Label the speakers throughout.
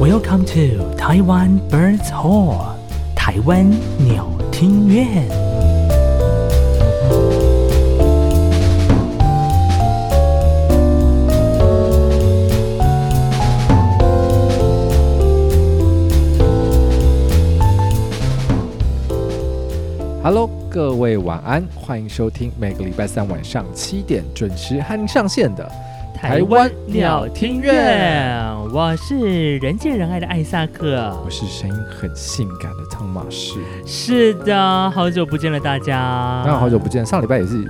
Speaker 1: Welcome to Taiwan Birds Hall，台湾鸟听院。
Speaker 2: Hello，各位晚安，欢迎收听每个礼拜三晚上七点准时和您上线的。台湾鸟听院，
Speaker 1: 我是人见人爱的艾萨克
Speaker 2: 我。是声音很性感的汤马士，
Speaker 1: 是的，好久不见了大家。
Speaker 2: 那好久不见，上礼拜也是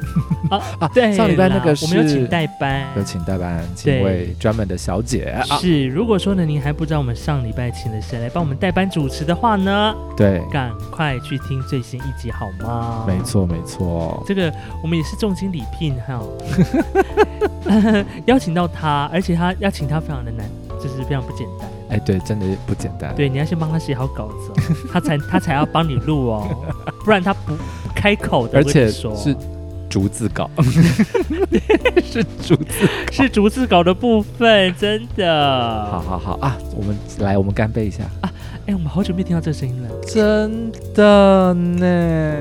Speaker 1: 啊
Speaker 2: 啊，
Speaker 1: 对啦，
Speaker 2: 上礼拜那个是
Speaker 1: 我们有请代班。
Speaker 2: 有请代班，请一位专门的小姐啊，
Speaker 1: 是，如果说呢，您还不知道我们上礼拜请了谁来帮我们代班主持的话呢，
Speaker 2: 对，
Speaker 1: 赶快去听最新一集好吗？
Speaker 2: 没，错没错，
Speaker 1: 这个我们也是重金礼聘哈， 邀请到他，而且他邀请他非常的难，就是非常不简单。
Speaker 2: 哎，对，真的不简单，
Speaker 1: 对，你要先帮他写好稿子哦、 他才他才要帮你录哦， 不然他不不开口的。
Speaker 2: 而
Speaker 1: 我跟
Speaker 2: 且
Speaker 1: 你说
Speaker 2: 是逐字 稿，是逐字，
Speaker 1: 是逐字稿的部分，真的。
Speaker 2: 好，好好啊，我们来，我们干杯一下，
Speaker 1: 哎、我们好久没听到这个声音了，
Speaker 2: 真的呢，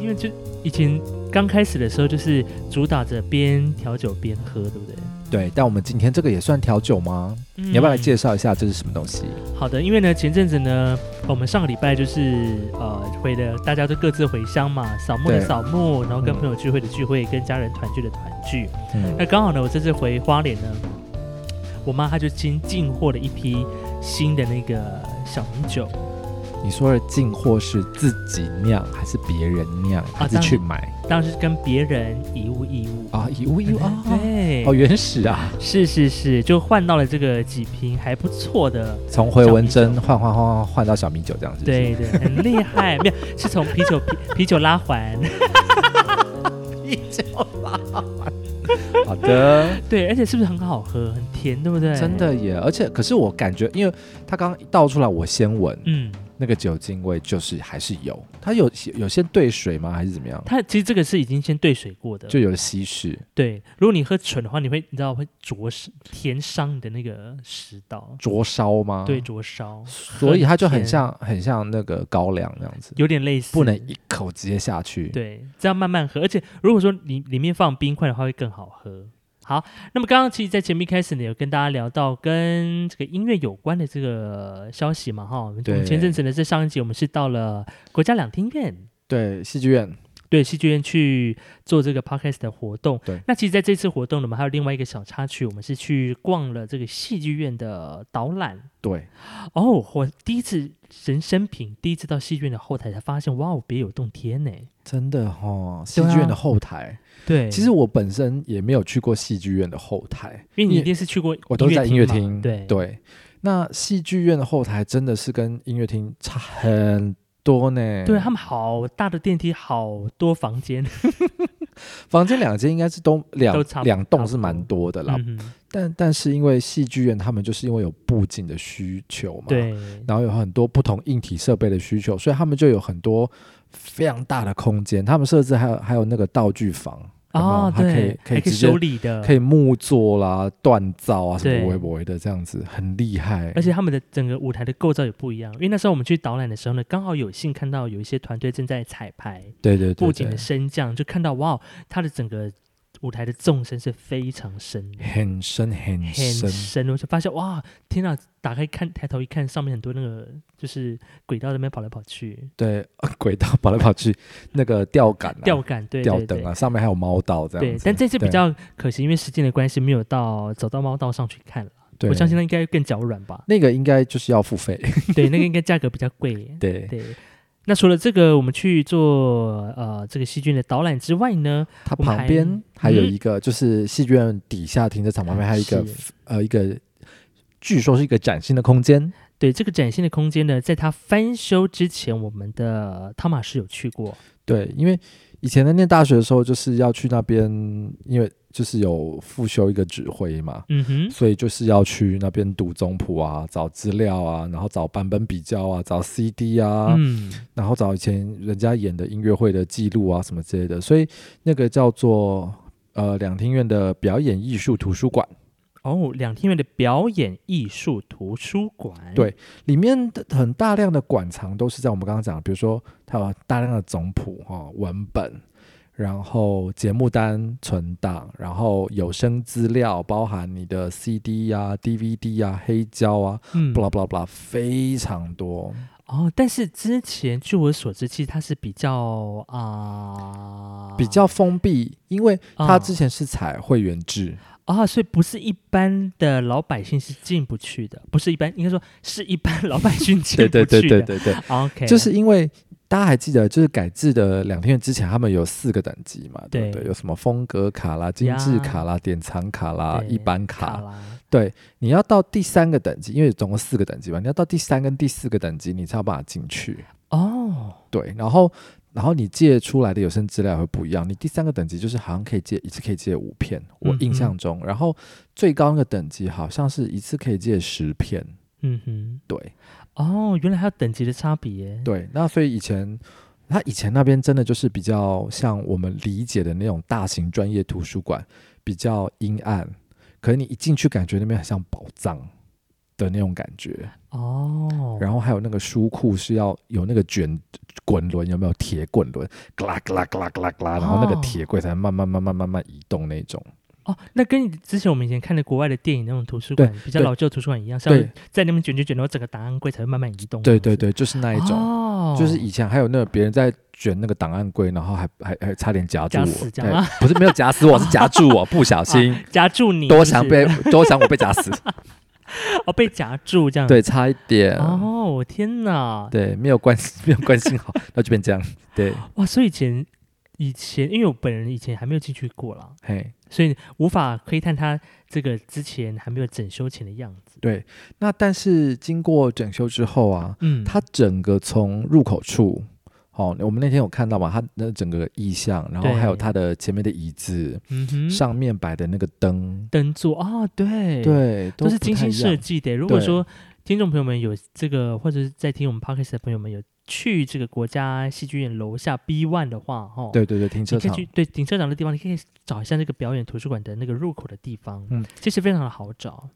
Speaker 1: 因为就以前刚开始的时候，就是主打着边调酒边喝，对不对？
Speaker 2: 对，但我们今天这个也算调酒吗？
Speaker 1: 你
Speaker 2: 你要不要来介绍一下这是什么东西？
Speaker 1: 好的，因为呢，前阵子呢，我们上个礼拜就是呃回了，大家都各自回乡嘛，扫墓的
Speaker 2: 对
Speaker 1: 扫墓，然后跟
Speaker 2: 嗯
Speaker 1: 朋友聚会的聚会，跟家人团聚的团聚。
Speaker 2: 嗯，
Speaker 1: 那刚好呢，我这次回花莲呢，我妈她就新进货了一批新的那个小米酒
Speaker 2: 你说的进货是自己酿还是别人酿，还是
Speaker 1: 当
Speaker 2: 去买
Speaker 1: 当然是跟别人以物易物。
Speaker 2: 啊？以物易物啊，
Speaker 1: 对，
Speaker 2: 好原始啊！
Speaker 1: 是是是，就换到了这个几瓶还不错的，
Speaker 2: 从回纹针换换换换换到小米酒这样子，
Speaker 1: 对对，很厉害。没有，是从啤酒啤啤酒拉环，
Speaker 2: 啤酒啦。好的，
Speaker 1: 对，而且是不是很好喝，很甜，对不对？
Speaker 2: 真，的耶！而且，可是我感觉，因为它刚刚一倒出来，我先闻、
Speaker 1: 嗯，
Speaker 2: 那个酒精味，就是还是有。它有有些兑水吗？还是怎么样？
Speaker 1: 它其实这个是已经先兑水过的，
Speaker 2: 就有稀释。
Speaker 1: 对。如果你喝纯的话，你会你知道会灼伤甜伤你的那个食道，
Speaker 2: 灼烧吗？
Speaker 1: 对，，灼烧，
Speaker 2: 所以它就很
Speaker 1: 甜
Speaker 2: 像很像那个高粱那样子，
Speaker 1: 有点类似，
Speaker 2: 不能一口直接下去。，
Speaker 1: 对，这样慢慢喝。而且如果说你里面放冰块的话，会更好喝。好，那么刚刚其实，在前面开始呢，有跟大家聊到跟这个音乐有关的这个消息嘛，哈。我们
Speaker 2: 对
Speaker 1: 前阵子呢，在上一集我们是到了国家两厅院，
Speaker 2: 对，戏剧院
Speaker 1: 对戏剧院去做这个 podcast 的活动。
Speaker 2: 对
Speaker 1: 那其实在这次活动呢，我们还有另外一个小插曲，我们是去逛了这个戏剧院的导览。
Speaker 2: 对，
Speaker 1: 哦，我第一次人生平第一次到戏剧院的后台才发现，哇哦，别有洞天呢。
Speaker 2: 真的哦，戏
Speaker 1: 对啊
Speaker 2: 剧院的后台。
Speaker 1: 对，啊
Speaker 2: 其实我本身也没有去过戏剧院的后台，
Speaker 1: 因为你一定是去过，
Speaker 2: 我都是在音乐厅。
Speaker 1: 嘛对
Speaker 2: 对，那戏剧院的后台真的是跟音乐厅差很多呢。
Speaker 1: 对，他们好大的电梯，好多房间，
Speaker 2: 房间两间应该是都两
Speaker 1: 都差不
Speaker 2: 两栋
Speaker 1: 差不
Speaker 2: 是蛮多的啦，
Speaker 1: 嗯哼，
Speaker 2: 但但是因为戏剧院他们就是因为有布景的需求嘛，
Speaker 1: 对，
Speaker 2: 然后有很多不同硬体设备的需求，所以他们就有很多非常大的空间。他们设置还有还有那个道具房有没有
Speaker 1: 哦，
Speaker 2: 它可以
Speaker 1: 对，
Speaker 2: 可以
Speaker 1: 还可
Speaker 2: 直
Speaker 1: 以
Speaker 2: 接
Speaker 1: 修理的，
Speaker 2: 可以木作啦、锻造啊什
Speaker 1: 对
Speaker 2: 么微博的这样子，很厉害。
Speaker 1: 而且他们的整个舞台的构造也不一样，因为那时候我们去导览的时候呢，刚好有幸看到有一些团队正在彩排
Speaker 2: 对对对
Speaker 1: 布景
Speaker 2: 对
Speaker 1: 的升降，就看到哇，它的整个舞台的纵深是非常深的。
Speaker 2: 很深很
Speaker 1: 很
Speaker 2: 深，
Speaker 1: 深，我就发现哇，天哪！打开看，抬头一看，上面很多那个就是轨道在那边跑来跑去，
Speaker 2: 对哦轨道跑来跑去，那个吊杆、啊、
Speaker 1: 吊杆，对
Speaker 2: 吊
Speaker 1: 对对
Speaker 2: 灯啊，上面还有猫道这样
Speaker 1: 对
Speaker 2: 子。，
Speaker 1: 但这次比
Speaker 2: 对
Speaker 1: 较可惜，因为时间的关系，没有到走到猫道上去看了。
Speaker 2: 对。
Speaker 1: 我相信它应该更脚软吧
Speaker 2: 那个应该就是要付费。
Speaker 1: 对，那个应该价格比较贵。
Speaker 2: 对，
Speaker 1: 对。那除了这个，我们去做呃这个细菌的导览之外呢，
Speaker 2: 它
Speaker 1: 我们
Speaker 2: 旁
Speaker 1: 还
Speaker 2: 边还有
Speaker 1: 嗯啊
Speaker 2: 一个，就是戏剧院底下停车场旁边还有一个
Speaker 1: 是
Speaker 2: 呃一个，据说是一个崭新的空间。
Speaker 1: 对这个崭新的空间呢，在它翻修之前，我们的汤马士有去过。
Speaker 2: 对，因为以前在念大学的时候，就是要去那边，因为就是有复修一个指挥嘛，
Speaker 1: 嗯哼，
Speaker 2: 所以就是要去那边读中谱啊，找资料啊，然后找版本比较啊，找 CD 啊，
Speaker 1: 嗯，
Speaker 2: 然后找以前人家演的音乐会的记录啊什么之类的，所以那个叫做呃两厅院的表演艺术图书馆，
Speaker 1: 哦，两天元的表演艺术图书馆，
Speaker 2: 对里面的很大量的馆藏都是在我们刚刚讲的，比如说它有大量的总谱哈、哦、文本，然后节目单、存档，然后有声资料，包含你的 CD 啊、DVD 啊、黑胶啊，
Speaker 1: 嗯
Speaker 2: 不啦不啦不啦，非常多。
Speaker 1: 哦，但是之前据我所知，其实它是比较啊、
Speaker 2: 比较封闭，因为它
Speaker 1: 啊
Speaker 2: 之前是采会员制，
Speaker 1: 啊、所以不是一般的老百姓是进不去的，不是一般，应该说是一般老百姓 进不去的。
Speaker 2: 对对，
Speaker 1: OK，
Speaker 2: 就是因为大家还记得，就是改制的两天之前，他们有四个等级嘛，对不
Speaker 1: 对
Speaker 2: 对？有什么风格卡啦、精致卡啦、典藏卡啦、
Speaker 1: 对
Speaker 2: 一般
Speaker 1: 卡
Speaker 2: 卡。
Speaker 1: 啦，
Speaker 2: 对，你要到第三个等级，因为总共四个等级嘛，你要到第三跟第四个等级，你才有办法进去。
Speaker 1: 哦，
Speaker 2: 对，然后。然后你借出来的有声资料会不一样，你第三个等级就是好像可以借一次可以借五片，我
Speaker 1: 嗯
Speaker 2: 印象中，然后最高那个等级好像是一次可以借十片，
Speaker 1: 嗯哼，
Speaker 2: 对，
Speaker 1: 哦，原来还有等级的差别。
Speaker 2: 对，那所以以前他以前那边真的就是比较像我们理解的那种大型专业图书馆，比较阴暗，可是你一进去感觉那边很像宝藏的那种感觉。
Speaker 1: 哦，
Speaker 2: 然后还有那个书库是要有那个卷滚轮，有没有铁滚轮？嘎啦嘎啦嘎啦嘎啦嘎啦，然后那个
Speaker 1: 哦
Speaker 2: 铁柜才慢慢慢慢慢慢移动那种。
Speaker 1: 哦，那跟你之前我们以前看的国外的电影那种图书馆，比较
Speaker 2: 对
Speaker 1: 老旧的图书馆一样，像
Speaker 2: 对
Speaker 1: 在那边卷卷卷，然后整个档案柜才会慢慢移动。
Speaker 2: 对对，对，就是那一种。
Speaker 1: 哦、
Speaker 2: 就是以前还有那个别人在卷那个档案柜，然后还还还差点夹住
Speaker 1: 夹
Speaker 2: 我，
Speaker 1: 死这样
Speaker 2: 对
Speaker 1: 吗
Speaker 2: 不是没有夹死我，是夹住我，不 小心、
Speaker 1: 夹住你，嗯
Speaker 2: 多
Speaker 1: 是不
Speaker 2: 想
Speaker 1: 是
Speaker 2: 被多想我 被夹死，
Speaker 1: 哦被夹住这样。，
Speaker 2: 对，差一点，
Speaker 1: 哦，我天哪，
Speaker 2: 对，没有关系，没有关系，好，那就变这样， 对，
Speaker 1: 哇，所以以前以前因为我本人以前还没有进去过啦，
Speaker 2: 嘿，
Speaker 1: 所以无法窥探它这个之前还没有整修前的样子。
Speaker 2: 对，那但是经过整修之后啊，
Speaker 1: 嗯，
Speaker 2: 它整个从入口处。哦，我们那天有看到嘛？它那整个意象，然后
Speaker 1: 对
Speaker 2: 还有它的前面的椅子，
Speaker 1: 嗯哼
Speaker 2: 上面摆的那个灯，
Speaker 1: 灯座啊，对，
Speaker 2: 对，
Speaker 1: 都是
Speaker 2: 不
Speaker 1: 精
Speaker 2: 太
Speaker 1: 心
Speaker 2: 一样
Speaker 1: 设计的。如果
Speaker 2: 对
Speaker 1: 说听众朋友们有这个，或者是在听我们 podcast 的朋友们有去这个国家戏剧院楼下 B One 的话，哈，，
Speaker 2: 对对对，停车
Speaker 1: 你可以
Speaker 2: 场
Speaker 1: 去对停车场的地方，你可以找一下那个表演图书馆的那个入口的地方，
Speaker 2: 嗯，
Speaker 1: 其实非常的好找。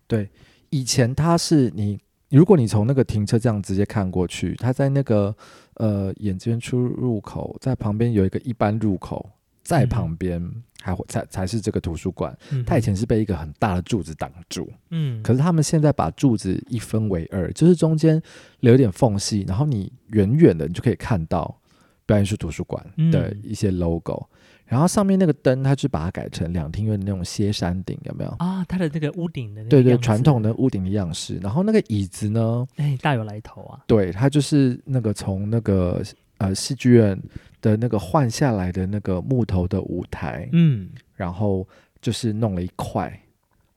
Speaker 2: 以前它是你，如果你从那个停车这样直接看过去，它在那个呃眼尖出入口，在旁边有一个一般入口，在
Speaker 1: 嗯
Speaker 2: 旁边还会才才是这个图书馆。
Speaker 1: 嗯
Speaker 2: 它以前是被一个很大的柱子挡住，
Speaker 1: 嗯，
Speaker 2: 可是他们现在把柱子一分为二，就是中间留一点缝隙，然后你远远的你就可以看到表演艺术图书馆的
Speaker 1: 嗯
Speaker 2: 一些 logo。然后上面那个灯，它就把它改成两厅院的那种歇山顶，有没有？
Speaker 1: 啊，它的那个屋顶的那个
Speaker 2: 对对，
Speaker 1: 样子
Speaker 2: 传统的屋顶的样式。然后那个椅子呢，
Speaker 1: 哎大有来头啊，
Speaker 2: 对，它就是那个从那个呃戏剧院的那个换下来的那个木头的舞台，
Speaker 1: 嗯，
Speaker 2: 然后就是弄了一块，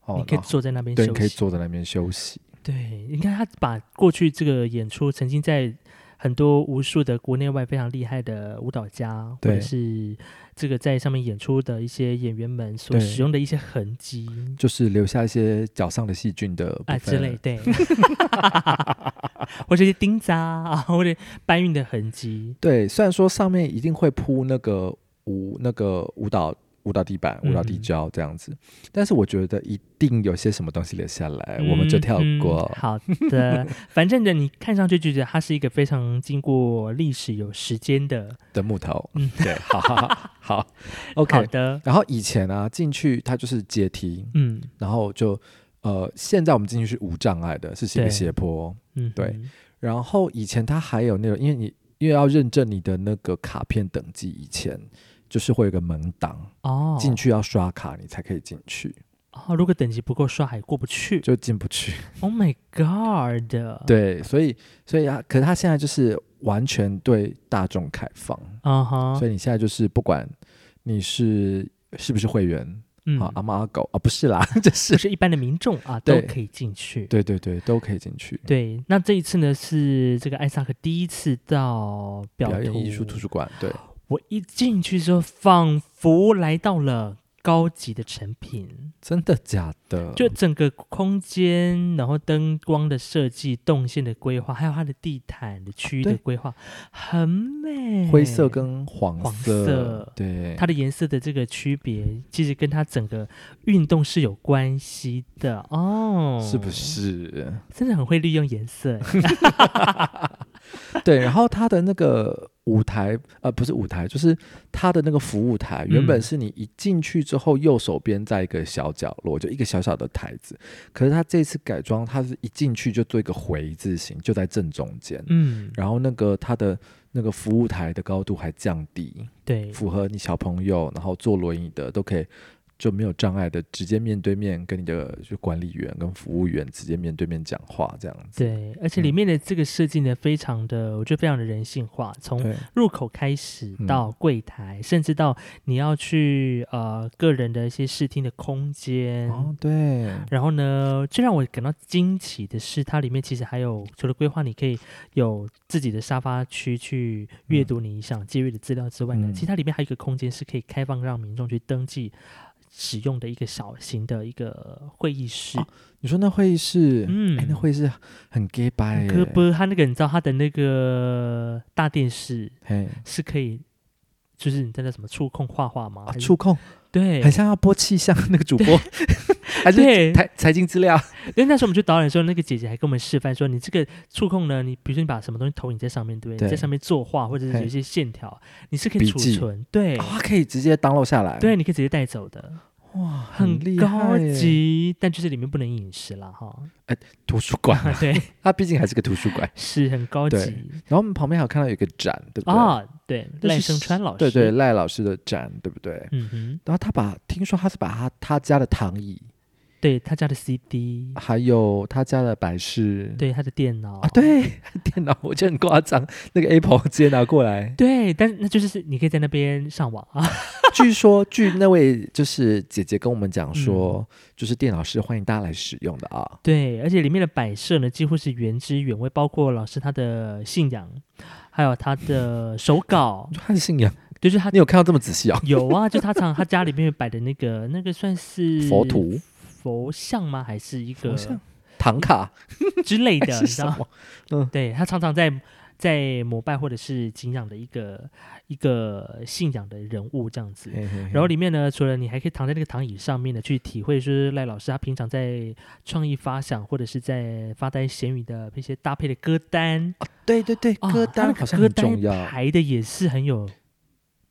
Speaker 2: 哦，
Speaker 1: 你可以
Speaker 2: 然后
Speaker 1: 坐在那边
Speaker 2: 对，
Speaker 1: 休
Speaker 2: 你
Speaker 1: 息，
Speaker 2: 可以坐在那边休息。
Speaker 1: 对，你看他把过去这个演出曾经在很多无数的国内外非常厉害的舞蹈家，或
Speaker 2: 对
Speaker 1: 者是这个在上面演出的一些演员们所
Speaker 2: 对
Speaker 1: 使用的一些痕迹
Speaker 2: 就是留下一些脚上的细菌的部
Speaker 1: 啊
Speaker 2: 分
Speaker 1: 之类，， 对，或者是钉子啊，或者搬运的痕迹，
Speaker 2: 对，虽然说上面一定会铺那个舞那个舞蹈舞蹈地板、舞蹈地
Speaker 1: 嗯
Speaker 2: 胶这样子，但是我觉得一定有些什么东西留下来，哎我们就
Speaker 1: 嗯
Speaker 2: 跳
Speaker 1: 嗯
Speaker 2: 过。
Speaker 1: 好的，反正呢，你看上去就觉得它是一个非常经过历史有时间的。
Speaker 2: 的木头。
Speaker 1: 嗯
Speaker 2: 嗯， 对，好好好好
Speaker 1: 好
Speaker 2: ，OK。
Speaker 1: 的，
Speaker 2: 然后以前啊，进去它就是阶梯，
Speaker 1: 嗯
Speaker 2: 然后就呃，现在我们进去是无障碍的，是斜
Speaker 1: 对
Speaker 2: 斜坡。
Speaker 1: 嗯，
Speaker 2: 对
Speaker 1: 嗯，
Speaker 2: 然后以前它还有那种，因为你因为要认证你的那个卡片等级，以前就是会有一个门挡，
Speaker 1: 哦，
Speaker 2: 进去要刷卡你才可以进去，
Speaker 1: 哦，如果等级不够刷还过不去。
Speaker 2: 就进不去。
Speaker 1: Oh my god！，
Speaker 2: 对，所以所以啊，可是它现在就是完全对大众开放，
Speaker 1: 啊哈，
Speaker 2: 所以你现在就是不管你是是不是会员，
Speaker 1: 嗯，
Speaker 2: 啊，阿猫阿狗啊，不是啦， 就是
Speaker 1: 就是一般的民众啊都
Speaker 2: 对
Speaker 1: 可以进去。
Speaker 2: 对对对，都可以进去。
Speaker 1: 对那这一次呢是这个艾萨克第一次到表
Speaker 2: 表演艺术图书馆，对
Speaker 1: 我一进去之后，仿佛来到了高级的成品，
Speaker 2: 真的假的？
Speaker 1: 就整个空间，然后灯光的设计、动线的规划，还有它的地毯的区域的
Speaker 2: 对
Speaker 1: 规划，很美。
Speaker 2: 灰色跟黄
Speaker 1: 黄色
Speaker 2: 对，
Speaker 1: 它的颜色的这个区别，其实跟它整个运动是有关系的哦。
Speaker 2: 是不？是？
Speaker 1: 真的很会利用颜色欸。
Speaker 2: 对，然后它的那个舞台，呃，不是舞台，就是它的那个服务台，原本
Speaker 1: 嗯
Speaker 2: 是你一进去之后，右手边在一个小角落，就一个小小的台子。可是它这次改装，它是一进去就做一个回字形，就在正中间。
Speaker 1: 嗯，
Speaker 2: 然后那个它的那个服务台的高度还降低，
Speaker 1: 对，
Speaker 2: 符合你小朋友，然后坐轮椅的都可以。就没有障碍的，直接面对面跟你的就管理员跟服务员直接面对面讲话这样子。
Speaker 1: 对，而
Speaker 2: 嗯
Speaker 1: 且里面的这个设计呢，非常的，我觉得非常的人性化，从
Speaker 2: 对，
Speaker 1: 入口开始
Speaker 2: 嗯
Speaker 1: 到柜台，甚至到你要去呃个人的一些试听的空间。
Speaker 2: 哦，对，
Speaker 1: 然后呢，最让我感到惊奇的是，它里面其实还有除了规划，你可以有自己的沙发区去阅读你想借阅的资料之外呢，
Speaker 2: 嗯
Speaker 1: 其实它里面还有一个空间是可以开放让民众去登记使用的一个小型的一个会议室。
Speaker 2: 哦你说那会议室，
Speaker 1: 嗯
Speaker 2: 哎、那会议室很 gay 白、欸，
Speaker 1: 科波它那个你知道它的那个大电视
Speaker 2: 嘿，
Speaker 1: 是可以，就是你在那什么触控画画吗？
Speaker 2: 啊，
Speaker 1: 还是
Speaker 2: 触控
Speaker 1: 对
Speaker 2: 很，像要播气象那个主播， 还
Speaker 1: 对
Speaker 2: 是财财经资料，
Speaker 1: 因为那时候我们去导览的时候，那个姐姐还跟我们示范说，你这个触控呢，你比如说你把什么东西投影在上面，对不对？
Speaker 2: 对
Speaker 1: 你在上面作画或者是有
Speaker 2: 嘿
Speaker 1: 一些线条，你是可以
Speaker 2: 笔
Speaker 1: 储
Speaker 2: 记
Speaker 1: 存，对、
Speaker 2: 啊、可以直接 download 下来，
Speaker 1: 对，，你可以直接带走的，
Speaker 2: 哇，
Speaker 1: 很
Speaker 2: 厉害
Speaker 1: 高
Speaker 2: 耶，
Speaker 1: 级，但就是里面不能饮食啦，哈，啊
Speaker 2: 图书馆，啊
Speaker 1: 对，
Speaker 2: 它毕竟还是个图书馆。
Speaker 1: 是很高
Speaker 2: 对
Speaker 1: 级
Speaker 2: 然后我们旁边还有看到有一个展，对不对？
Speaker 1: 啊，对，
Speaker 2: 那
Speaker 1: 赖
Speaker 2: 是
Speaker 1: 声川老师，
Speaker 2: 对对，，赖老师的展，对不对？
Speaker 1: 嗯哼，
Speaker 2: 然后他把听说他是把他他家的躺椅，
Speaker 1: 对他家的 CD，、
Speaker 2: 还有他家的摆饰，
Speaker 1: 对他的电脑
Speaker 2: 啊，。对， 电脑我觉得很夸张，那个 Apple 直接拿过来，
Speaker 1: 对，但那就是你可以在那边上网啊，
Speaker 2: 据说，据那位就是姐姐跟我们讲说，
Speaker 1: 嗯
Speaker 2: 就是电脑是欢迎大家来使用的啊。，
Speaker 1: 对，而且里面的摆设呢，几乎是原汁原味，包括老师他的信仰，还有他的手稿
Speaker 2: 他的信仰，
Speaker 1: 就是他
Speaker 2: 你有看到这么仔细啊？
Speaker 1: 有啊，就他常他家里面摆的那个那个算是
Speaker 2: 佛、图、
Speaker 1: 佛像吗？还是一个
Speaker 2: 佛像唐卡
Speaker 1: 之类
Speaker 2: 还
Speaker 1: 的，
Speaker 2: 是
Speaker 1: 你知
Speaker 2: 什
Speaker 1: 道吗？
Speaker 2: 么？
Speaker 1: 对他常常在在膜拜或者是敬仰的一个一个信仰的人物这样子。然后
Speaker 2: 嗯
Speaker 1: 里面呢，除了你还可以躺在那个躺椅上面呢，去体会，就是赖老师他平常在创意发想或者是在发呆闲语的一些搭配的歌单，
Speaker 2: 对对对，
Speaker 1: 啊
Speaker 2: 哦歌
Speaker 1: 他
Speaker 2: 单
Speaker 1: 那个
Speaker 2: 好像
Speaker 1: 歌
Speaker 2: 很
Speaker 1: 单
Speaker 2: 重要。
Speaker 1: 排的也是很有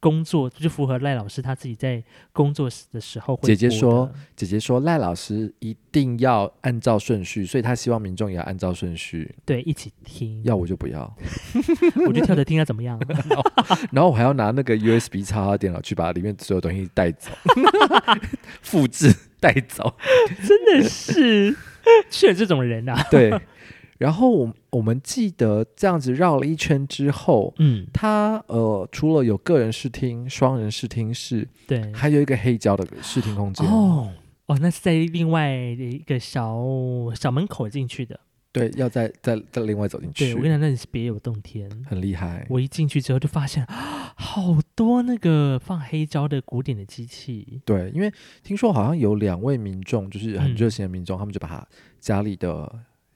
Speaker 1: 工作，就符合赖老师他自己在工作时的时候会
Speaker 2: 姐姐
Speaker 1: 播的
Speaker 2: 说，姐姐说赖老师一定要按照顺序，所以她希望民众也要按照顺序。
Speaker 1: 对，一起听，
Speaker 2: 要我就不要，
Speaker 1: 我就跳着听他怎么样，
Speaker 2: 然后我还要拿那个 USB 插到电脑去把里面所有东西 带走，复制带走。
Speaker 1: 真的是去了这种人啊，
Speaker 2: 对，然后我我们记得这样子绕了一圈之后，
Speaker 1: 嗯，
Speaker 2: 它呃除了有个人试听、双人试听室，
Speaker 1: 对，
Speaker 2: 还有一个黑胶的试听空间。，
Speaker 1: 哦。哦，那是在另外的一个小小门口进去的。
Speaker 2: 对，要再再再另外走进
Speaker 1: 对，
Speaker 2: 去
Speaker 1: 我，跟你讲，那你是别有洞天。
Speaker 2: 很厉害。
Speaker 1: 我一进去之后就发现 啊好多那个放黑胶的古典的机器，
Speaker 2: 对，因为听说好像有两位民众，就是很
Speaker 1: 嗯
Speaker 2: 热心的民众，他们就把家里的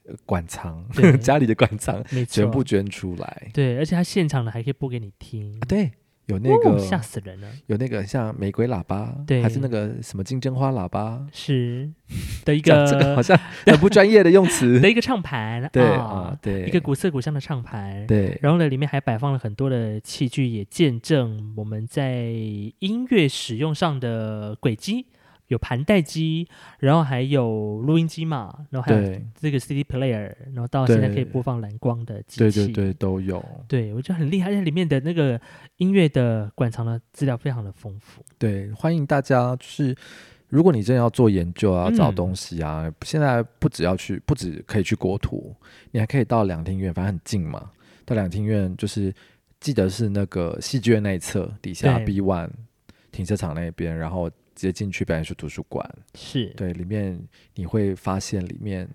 Speaker 2: 呃馆藏
Speaker 1: 对，
Speaker 2: 家里的馆藏
Speaker 1: 没错，
Speaker 2: 全部捐出来。
Speaker 1: 对，而且它现场的还可以播给你听，
Speaker 2: 啊，对，有那个、
Speaker 1: 哦吓死人了，
Speaker 2: 有那个像玫瑰喇叭，
Speaker 1: 对
Speaker 2: 还是那个什么金针花喇叭，
Speaker 1: 是 的一
Speaker 2: 讲这个好
Speaker 1: 个
Speaker 2: 像很不专业的用词
Speaker 1: 的。一个唱盘，
Speaker 2: 对啊
Speaker 1: 啊，，
Speaker 2: 对，
Speaker 1: 一个古色古香的唱盘。
Speaker 2: 对
Speaker 1: 然后呢，里面还摆放了很多的器具，也见证我们在音乐使用上的轨迹，有盘带机，然后还有录音机嘛，然后还有
Speaker 2: 对
Speaker 1: 这个 CD player，然后到现在可以
Speaker 2: 对
Speaker 1: 播放蓝光的机
Speaker 2: 对
Speaker 1: 器。
Speaker 2: 对对都有。
Speaker 1: 对，我觉得很厉害，而且里面的那个音乐的馆藏的资料非常的丰富。
Speaker 2: 对，欢迎大家就是。如果你真的要做研究啊，
Speaker 1: 嗯
Speaker 2: 找东西啊，现在不只要去，不只可以去国图，你还可以到两厅院，反正很近嘛。到两厅院就是记得是那个戏剧院那一侧底下
Speaker 1: 对
Speaker 2: B One 停车场那边，然后直接进去表演艺术图书馆。
Speaker 1: 是，
Speaker 2: 对，里面你会发现里面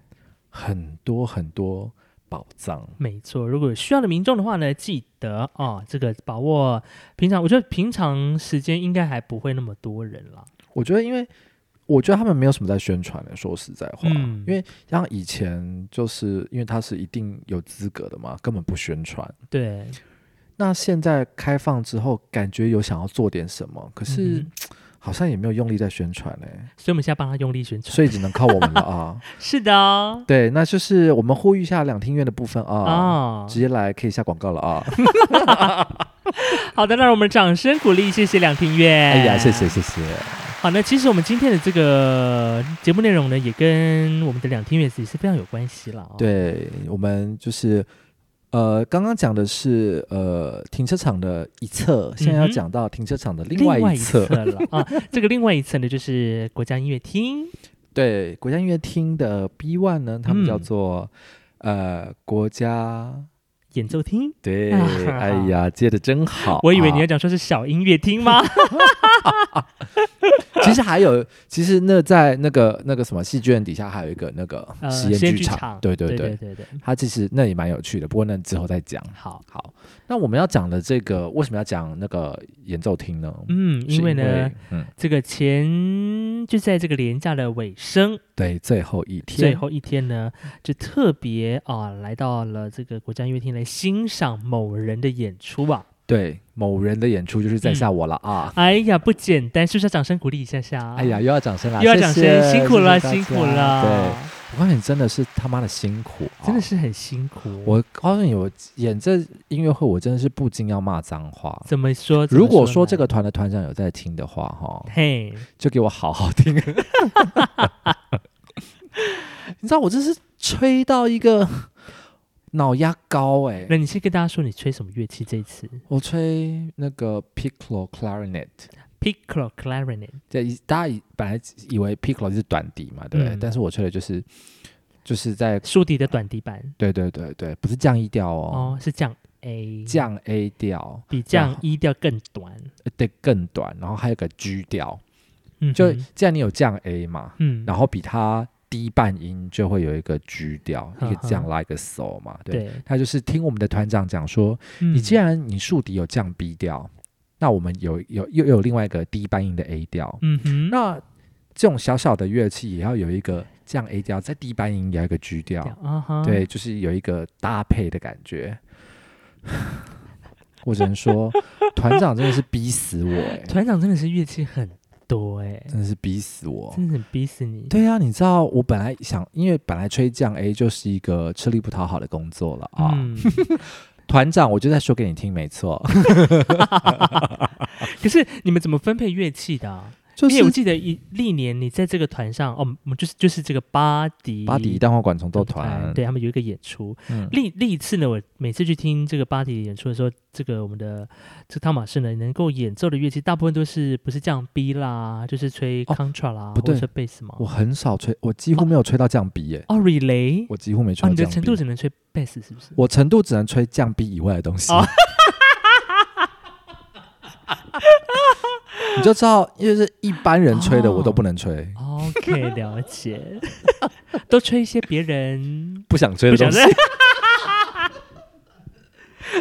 Speaker 2: 很多很多宝藏。
Speaker 1: 没错。如果有需要的民众的话呢，记得啊、这个把握平常，我觉得平常时间应该还不会那么多人啦。
Speaker 2: 我觉得，因为我觉得他们没有什么在宣传的，说实在话，
Speaker 1: 嗯
Speaker 2: 因为像以前就是因为他是一定有资格的嘛，根本不宣传。
Speaker 1: 对，
Speaker 2: 那现在开放之后，感觉有想要做点什么，可是、
Speaker 1: 嗯
Speaker 2: 好像也没有用力在宣传嘞、
Speaker 1: 所以我们现在帮他用力宣传。
Speaker 2: 所以只能靠我们了 啊。
Speaker 1: 是的哦，
Speaker 2: 对，那就是我们呼吁一下两厅院的部分啊，
Speaker 1: 哦
Speaker 2: 直接来可以下广告 了啊。
Speaker 1: 好的，那让我们掌声鼓励，谢谢两庭院。
Speaker 2: 哎呀，谢谢。谢谢，
Speaker 1: 好，那其实我们今天的这个节目内容呢，也跟我们的两厅院子也是非常有关系了、哦。，
Speaker 2: 对我们就是。呃，刚刚讲的是呃停车场的一侧，现在要
Speaker 1: 嗯哼
Speaker 2: 讲到停车场的另
Speaker 1: 另
Speaker 2: 外
Speaker 1: 外一
Speaker 2: 侧。
Speaker 1: 侧了啊， 这个另外一侧呢，就是国家音乐厅。
Speaker 2: 对，国家音乐厅的 B One 呢，他
Speaker 1: 嗯
Speaker 2: 们叫做、呃国家。
Speaker 1: 演奏厅，
Speaker 2: 对，
Speaker 1: 啊
Speaker 2: 哎呀，接的真好。
Speaker 1: 我以为你要
Speaker 2: 啊、
Speaker 1: 讲说是小音乐厅吗？
Speaker 2: 啊其实还有，其实那在那个那个什么戏剧院底下还有一个那个
Speaker 1: 呃，
Speaker 2: 实验
Speaker 1: 实验
Speaker 2: 剧
Speaker 1: 场，
Speaker 2: 对
Speaker 1: 对
Speaker 2: 对对，
Speaker 1: 对对。
Speaker 2: 它其实那也蛮有趣的，不过那之后再讲。
Speaker 1: 好，
Speaker 2: 好，那我们要讲的这个为什么要讲那个演奏厅呢？
Speaker 1: 嗯，
Speaker 2: 是
Speaker 1: 因为呢，，
Speaker 2: 嗯，
Speaker 1: 这个前就在这个廉价的尾声，
Speaker 2: 对，最后一天，
Speaker 1: 最后一天呢，就特别啊、来到了这个国家音乐厅来欣赏某人的演出啊！
Speaker 2: 对某人的演出就是
Speaker 1: 嗯
Speaker 2: 在下我了啊！
Speaker 1: 哎呀，不简单，是不是要掌声鼓励一下啊下？
Speaker 2: 哎呀，，又要掌声啦！
Speaker 1: 又要掌声，
Speaker 2: 谢谢
Speaker 1: 辛苦了，
Speaker 2: 谢谢大
Speaker 1: 辛苦
Speaker 2: 家
Speaker 1: 了，
Speaker 2: 对，我告诉你，真的是他妈的辛苦、啊，
Speaker 1: 真的。是很辛苦。
Speaker 2: 我告诉你，我演这音乐会，我真的是不禁要骂脏话。
Speaker 1: 怎么说？怎么
Speaker 2: 如果说
Speaker 1: 呢
Speaker 2: 这个，团的团长有在听的话， 哈，
Speaker 1: 嘿，
Speaker 2: 就给我好好听。 你知道我这是吹到一个脑压高哎、
Speaker 1: 那你先跟大家说你吹什么乐器？这一次
Speaker 2: 我吹那个 piccolo clarinet，
Speaker 1: piccolo clarinet，
Speaker 2: 这一大家以本来以为 piccolo 就是短笛嘛，对不对？
Speaker 1: 嗯
Speaker 2: 但是我吹的就是就是在
Speaker 1: 竖笛的短笛版
Speaker 2: 对对对对，不是降 E 调哦，
Speaker 1: 哦，是降 A，
Speaker 2: 降 A 调
Speaker 1: 比降
Speaker 2: 然后
Speaker 1: E 调更短。
Speaker 2: 呃对更短，然后还有个 G 调，
Speaker 1: 嗯哼，
Speaker 2: 就哦既然你有降 A 嘛，
Speaker 1: 嗯，
Speaker 2: 然后比它低半音就会有一个 G 调，一
Speaker 1: 嗯
Speaker 2: 个降
Speaker 1: 哼
Speaker 2: 拉一个 So 嘛，对。
Speaker 1: 对，嗯
Speaker 2: 他就是听我们的团长讲说，
Speaker 1: 你
Speaker 2: 你既然你竖笛有降 B 调，那我们有有又有另外一个低半音的 A 调，
Speaker 1: 嗯哼，
Speaker 2: 那这种小小的乐器也要有一个降 A 调，在低半音也要有一个 G 调，
Speaker 1: 这样啊哈，
Speaker 2: 对，就是有一个搭配的感觉。 我只能说，团长真的是逼死我、 欸，
Speaker 1: 团长真的是乐器很多哎、
Speaker 2: 真的是逼死我。
Speaker 1: 真的很逼死你。
Speaker 2: 哦对啊，你知道我本来想，因为本来吹降 A 就是一个吃力不讨好的工作了啊。
Speaker 1: 嗯，
Speaker 2: 团长，我就在说给你听，没错，
Speaker 1: 可是你们怎么分配乐器的、啊？
Speaker 2: 就
Speaker 1: 因为我
Speaker 2: 是
Speaker 1: 记得一历年你在这个团上，哦，我们就是就是这个巴迪
Speaker 2: 巴迪单簧管重奏团，
Speaker 1: 对他们有一个演出。
Speaker 2: 嗯，
Speaker 1: 历历次呢，我每次去听这个巴迪演出的时候，这个我们的这个汤马士呢，能够演奏的乐器大部分都是不是降 B 啦，就是吹
Speaker 2: 哦
Speaker 1: contra 啦，
Speaker 2: 不对
Speaker 1: 或者贝斯嘛。
Speaker 2: 我很少吹，我几乎没有吹到降 B 耶、
Speaker 1: 哦，relay，
Speaker 2: 我几乎没吹
Speaker 1: 哦，
Speaker 2: 到
Speaker 1: 你的
Speaker 2: 降 B。
Speaker 1: 程度只能吹贝斯是不 是？
Speaker 2: 我程度只能吹降 B 以外的东西。
Speaker 1: 哦
Speaker 2: 你就知道，就是一般人吹
Speaker 1: 哦
Speaker 2: 的我都不能吹，
Speaker 1: OK，了解。 都吹一些别人
Speaker 2: 不想吹
Speaker 1: 不
Speaker 2: 的东
Speaker 1: 想
Speaker 2: 西
Speaker 1: 认。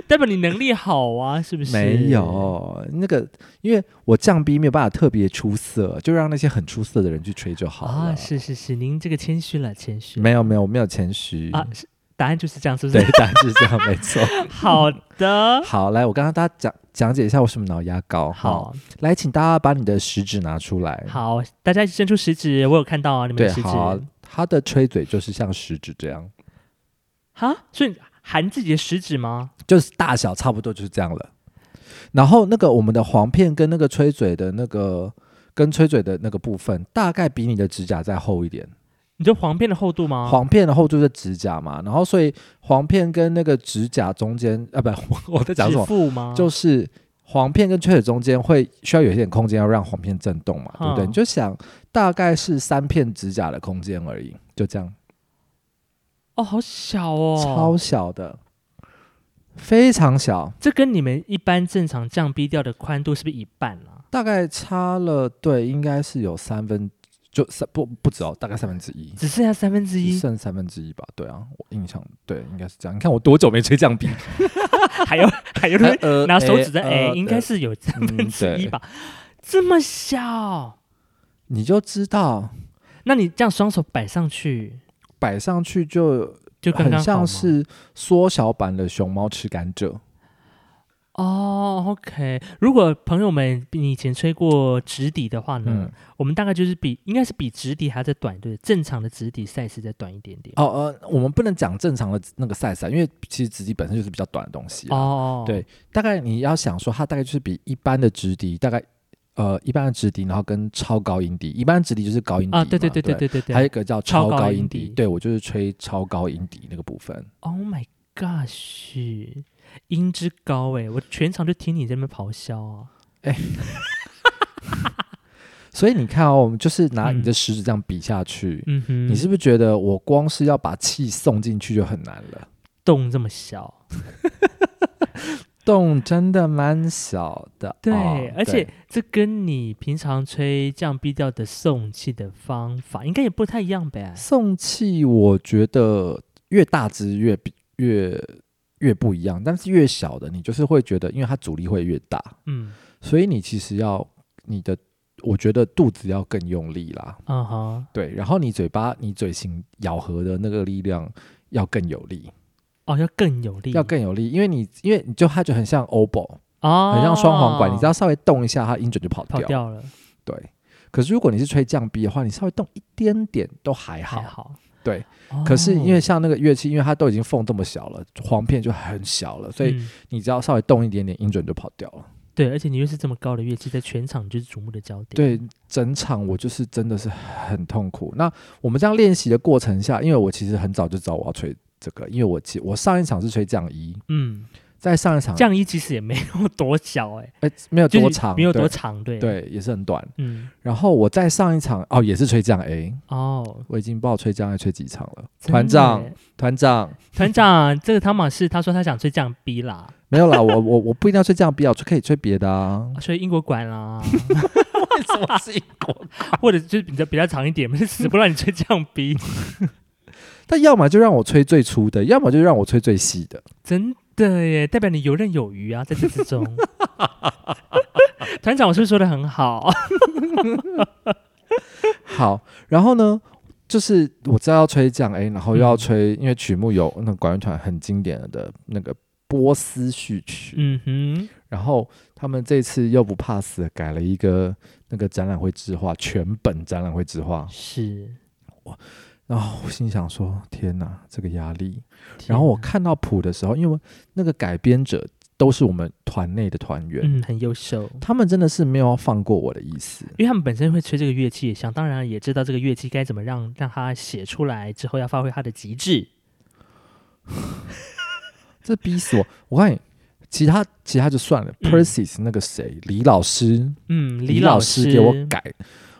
Speaker 1: 代表你能力好啊，是不是？
Speaker 2: 没。有那个，因为我降 B 没有办法特别出色，就让那些很出色的人去吹就好了。
Speaker 1: 啊，是是是，您这个谦虚了，谦虚。
Speaker 2: 没有没有，我没有谦虚。
Speaker 1: 啊，是答案就是这样，是不
Speaker 2: 对
Speaker 1: 是？，
Speaker 2: 当然是这样，没 错。
Speaker 1: 好 的，
Speaker 2: 好，来，我刚刚大家讲讲解一下为什么脑压高。
Speaker 1: 好
Speaker 2: 来，请大家把你的食指拿出来。
Speaker 1: 好，大家一起伸出食指，我有看到啊，你们
Speaker 2: 对
Speaker 1: 的，食指。
Speaker 2: 好，它的吹嘴就是像食指这样，
Speaker 1: 哈，所以含自己的食指吗？
Speaker 2: 就是大小差不多就是这样了。然后那个我们的簧片跟那个吹嘴的那个跟吹嘴的那个部分，大概比你的指甲再厚一点。
Speaker 1: 你就簧片的厚度吗？
Speaker 2: 簧片的厚度是指甲嘛，然后所以簧片跟那个指甲中间啊，不， 我我在讲什
Speaker 1: 指
Speaker 2: 么？
Speaker 1: 腹吗？
Speaker 2: 就是簧片跟吹嘴中间会需要有一点空间，要让簧片震动嘛，对不对？
Speaker 1: 嗯
Speaker 2: 你就想大概是三片指甲的空间而已，就这样，
Speaker 1: 哦，好小哦，
Speaker 2: 超小的，非常小。
Speaker 1: 这跟你们一般正常降 B 调的宽度是不是一半啊？
Speaker 2: 大概差了，对，应该是有三分，就三不不止哦，大概三分之一，
Speaker 1: 只剩下三分之一，
Speaker 2: 剩三分之一吧。对啊，我印象对，应该是这样。你看我多久没吹降 B？
Speaker 1: 还有还有人
Speaker 2: 呃
Speaker 1: 拿手指在哎
Speaker 2: 呃
Speaker 1: 哎，应该是有三分之一吧？这么小，
Speaker 2: 你就知道
Speaker 1: 那你这样双手摆上去，
Speaker 2: 摆上去就
Speaker 1: 就刚刚好
Speaker 2: 很像
Speaker 1: 吗
Speaker 2: 是缩小版的熊猫吃甘蔗。
Speaker 1: 哦，OK。如果朋友们你以前吹过直笛的话呢，
Speaker 2: 嗯，
Speaker 1: 我们大概就是比应该是比直笛还要再短，对不对，正常的直笛 size 再短一点点。
Speaker 2: 哦呃，我们不能讲正常的那个 size，啊因为其实纸笛本身就是比较短的东西啊。
Speaker 1: 哦，
Speaker 2: 对，大概你要想说，它大概就是比一般的直笛，大概呃一般的直笛，然后跟超高音笛，一般直笛就是高音笛
Speaker 1: 啊，
Speaker 2: 嘛
Speaker 1: 对对
Speaker 2: 对
Speaker 1: 对对对对对，
Speaker 2: 还有一个叫超
Speaker 1: 超高
Speaker 2: 高
Speaker 1: 音
Speaker 2: 音
Speaker 1: 笛
Speaker 2: 笛，对我就是吹超高音笛那个部分。
Speaker 1: Oh my gosh，音之高哎、我全场就听你这边咆哮啊！
Speaker 2: 所以你看哦，我们就是拿
Speaker 1: 嗯
Speaker 2: 你的食指这样比下去，
Speaker 1: 嗯哼，
Speaker 2: 你是不是觉得我光是要把气送进去就很难了？
Speaker 1: 洞这么小？
Speaker 2: 洞真的蛮小的哦，
Speaker 1: 对，而且这跟你平常吹降 B 调的送气的方法应该也不太一样呗。
Speaker 2: 送气，我觉得越大只越比越越不一样，但是越小的你就是会觉得，因为它阻力会越大，
Speaker 1: 嗯，
Speaker 2: 所以你其实要你的，我觉得肚子要更用力啦，
Speaker 1: 嗯哼，
Speaker 2: 对，然后你嘴巴你嘴型咬合的那个力量要更有力，
Speaker 1: 哦，要更有力，
Speaker 2: 要更有力，因为你因为你就它就很像 obo，
Speaker 1: 哦，
Speaker 2: 很像双簧管，你只要稍微动一下，它音准就跑
Speaker 1: 跑
Speaker 2: 掉，
Speaker 1: 掉了，
Speaker 2: 对。可是如果你是吹降 B 的话，你稍微动一点点都还好
Speaker 1: 还，好。
Speaker 2: 对
Speaker 1: 哦，
Speaker 2: 可是因为像那个乐器，因为它都已经缝这么小了，簧片就很小了，所以
Speaker 1: 嗯
Speaker 2: 你只要稍微动一点点，音准就跑掉了。
Speaker 1: 对，而且你又是这么高的乐器，在全场就是瞩目的焦点。，
Speaker 2: 对，整场我就是真的是很痛苦。那我们这样练习的过程下，因为我其实很早就知道我要吹这个，因为我其我上一场是吹降一，
Speaker 1: 嗯，
Speaker 2: 在上一场
Speaker 1: 降一其实也没有多小哎、
Speaker 2: 哎、没有
Speaker 1: 就是
Speaker 2: 啊多长，
Speaker 1: 没有多
Speaker 2: 对
Speaker 1: 长，对，，
Speaker 2: 对，也是很短。
Speaker 1: 嗯，
Speaker 2: 然后我在上一场哦，也是吹降 A，
Speaker 1: 哦，
Speaker 2: 我已经不知道吹降 A 吹几场了。
Speaker 1: 真的
Speaker 2: 团长
Speaker 1: 耶，
Speaker 2: 团长
Speaker 1: 团长，这个汤马士他说他想吹降 B 啦，
Speaker 2: 没有啦，我我我不一定要吹降 B 啊，我可以吹别 的啊。
Speaker 1: 吹英国管啦，
Speaker 2: 为什么是英国
Speaker 1: 或者就是比较比较长一点， 死不让你吹降 B，
Speaker 2: 但要么就让我吹最粗的，要么就让我吹最细的。
Speaker 1: 真的耶，代表你游刃有余啊，在这之 中。团长，我是不是说的很好？
Speaker 2: 好，然后呢，就是我知道要吹降 A，然后
Speaker 1: 嗯
Speaker 2: 又要吹，因为曲目有那个管乐团很经典的那个波斯序曲，
Speaker 1: 嗯哼，
Speaker 2: 然后他们这次又不怕死，改了一个那个展览会制画，全本展览会制画。
Speaker 1: 是。
Speaker 2: 然后我心想说：天哪，这个压力！然后我看到谱的时候，因为那个改编者都是我们团内的团员，
Speaker 1: 嗯，很优秀，
Speaker 2: 他们真的是没有放过我的意思。
Speaker 1: 因为他们本身会吹这个乐器，想当然也知道这个乐器该怎么让让它写出来之后要发挥它的极致。
Speaker 2: 这逼死我！我看你，其他其他就算了、
Speaker 1: 嗯
Speaker 2: p e r s y s 那个谁，李老师，
Speaker 1: 嗯，
Speaker 2: 李
Speaker 1: 老
Speaker 2: 师给我改，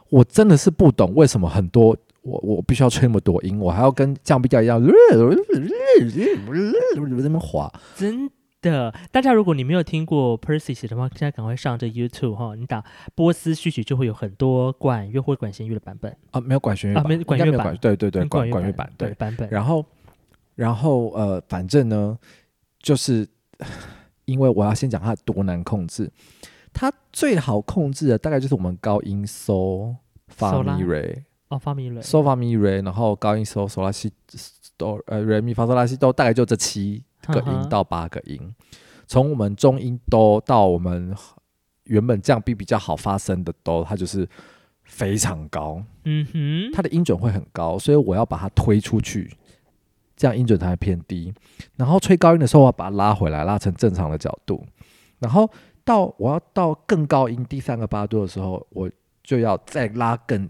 Speaker 2: 我真的是不懂为什么很多我我必须要吹那么多音，我还要跟降 B 调一样，那边滑。
Speaker 1: 真的，大家如果你没有听过 Persis 的话，现在赶快上这 YouTube 哈，你打波斯序曲就会有很多管乐或管弦乐的版本，
Speaker 2: 啊，没有管弦乐
Speaker 1: 啊
Speaker 2: 版，
Speaker 1: 没有
Speaker 2: 应
Speaker 1: 管
Speaker 2: 该
Speaker 1: 乐
Speaker 2: 没有
Speaker 1: 版
Speaker 2: 管，对对对，
Speaker 1: 跟
Speaker 2: 管
Speaker 1: 管
Speaker 2: 乐
Speaker 1: 版
Speaker 2: 版，对。
Speaker 1: 版本。
Speaker 2: 然后，然后呃，反正呢，就是 因为我要先讲它多难控制，它最好控制的大概就是我们高音搜发
Speaker 1: So 啦
Speaker 2: 咪瑞。
Speaker 1: 哦，发明了，
Speaker 2: 嗦发咪瑞，然后高音嗦嗦拉西哆呃瑞咪发嗦拉西哆，大概就这七个
Speaker 1: 嗯
Speaker 2: 音
Speaker 1: 哼
Speaker 2: 到八个音，从我们中音哆到我们原本降 B 比较好发声的哆，它就是非常高，
Speaker 1: 嗯哼，
Speaker 2: 它的音准会很高，所以我要把它推出去，这样音准才会偏低。然后吹高音的时候，我要把它拉回来，拉成正常的角度。然后到我要到更高音第三个八度的时候，我就要再拉更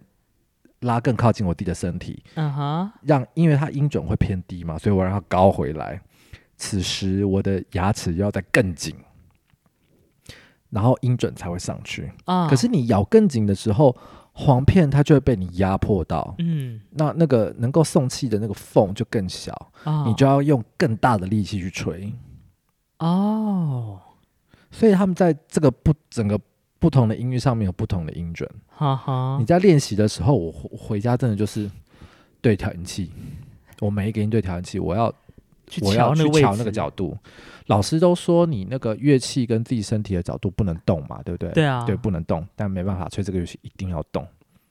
Speaker 2: 拉更靠近我弟的身体，
Speaker 1: 嗯哈，
Speaker 2: 让因为它音准会偏低嘛，所以我让它高回来。此时我的牙齿要再更紧，然后音准才会上去。
Speaker 1: 啊，
Speaker 2: 可是，你咬更紧的时候，簧片它就会被你压迫到，
Speaker 1: 嗯
Speaker 2: 那那个能够送气的那个缝就更小，
Speaker 1: 啊，
Speaker 2: 你就要用更大的力气去吹。
Speaker 1: 哦，
Speaker 2: 所以他们在这个不整个不同的音域上面有不同的音准。
Speaker 1: 哈哈
Speaker 2: 你，在练习的时候，我回回家真的就是对调音器，我每一个音对调音器，我要
Speaker 1: 去
Speaker 2: 我要
Speaker 1: 那
Speaker 2: 去
Speaker 1: 位
Speaker 2: 调那
Speaker 1: 置
Speaker 2: 个角，度。老师都说你那个乐器跟自己身体的角度不能动嘛，对不对？
Speaker 1: 对啊，
Speaker 2: 对，不能动，但没办法，吹这个乐器一定要动。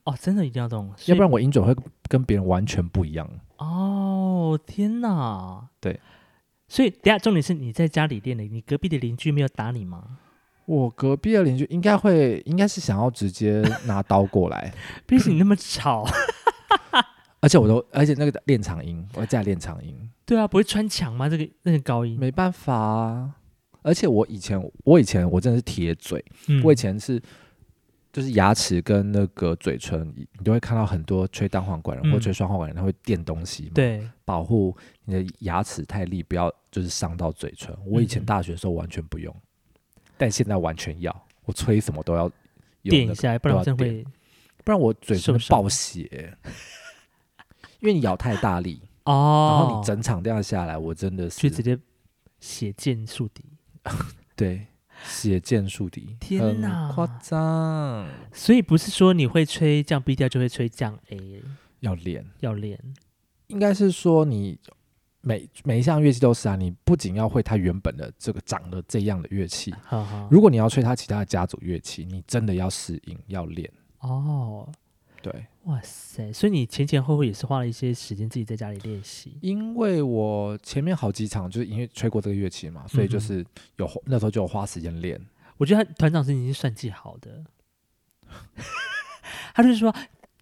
Speaker 1: 哦，真的一定要懂，
Speaker 2: 要不
Speaker 1: 然
Speaker 2: 然我饮酒会跟别人完全不一样。
Speaker 1: 哦，天哪，
Speaker 2: 对，
Speaker 1: 所以等一下重点是你在家里练的，你隔壁的邻居没有打你 吗？
Speaker 2: 我隔壁的邻居应该会，应该是想要 直接拿刀过来，
Speaker 1: 毕竟你那么吵，
Speaker 2: 而且我都，而且那个练长音，我在练长音，
Speaker 1: 对啊，不会穿墙吗？这个那个高音，
Speaker 2: 没办法啊。而且我以前，我以前我真的是铁嘴，
Speaker 1: 嗯
Speaker 2: 我以前是就是牙齿跟那个嘴唇，你你都会看到很多吹单簧管人或
Speaker 1: 嗯
Speaker 2: 吹双簧管人，他会垫东西嘛，，
Speaker 1: 对，
Speaker 2: 保护你的牙齿太利，不要就是伤到嘴唇。我以前
Speaker 1: 嗯
Speaker 2: 大学的时候完全不用，但现在完全要，我吹什么都要用
Speaker 1: 垫
Speaker 2: 那
Speaker 1: 一
Speaker 2: 个
Speaker 1: 下，不然
Speaker 2: 对啊
Speaker 1: 我真的会
Speaker 2: 不然我嘴
Speaker 1: 受
Speaker 2: 唇
Speaker 1: 伤
Speaker 2: 爆血， 因为你咬太大力，然后
Speaker 1: 哦
Speaker 2: 你，整场这样下来，我真的
Speaker 1: 就是直接血溅树敌。
Speaker 2: 对血溅树敌，
Speaker 1: 天
Speaker 2: 很
Speaker 1: 哪
Speaker 2: 夸张，
Speaker 1: 所以不是说你会吹降 B 调就会吹降 A，
Speaker 2: 要练，
Speaker 1: 要练
Speaker 2: 应该是说你。每每一项乐器都是啊，你不仅要会它原本的这个长得这样的乐器，
Speaker 1: 哈哈。
Speaker 2: 如果你要吹它其他的家族乐器，你真的要适应，要练。
Speaker 1: 哦，
Speaker 2: 对，
Speaker 1: 哇塞！所以你前前后后也是花了一些时间自己在家里练习。
Speaker 2: 因为我前面好几场就是因为吹过这个乐器嘛，所
Speaker 1: 嗯
Speaker 2: 以就是有花那时候就有花时间练。
Speaker 1: 我觉得他团长是已经算计好的， 他就是说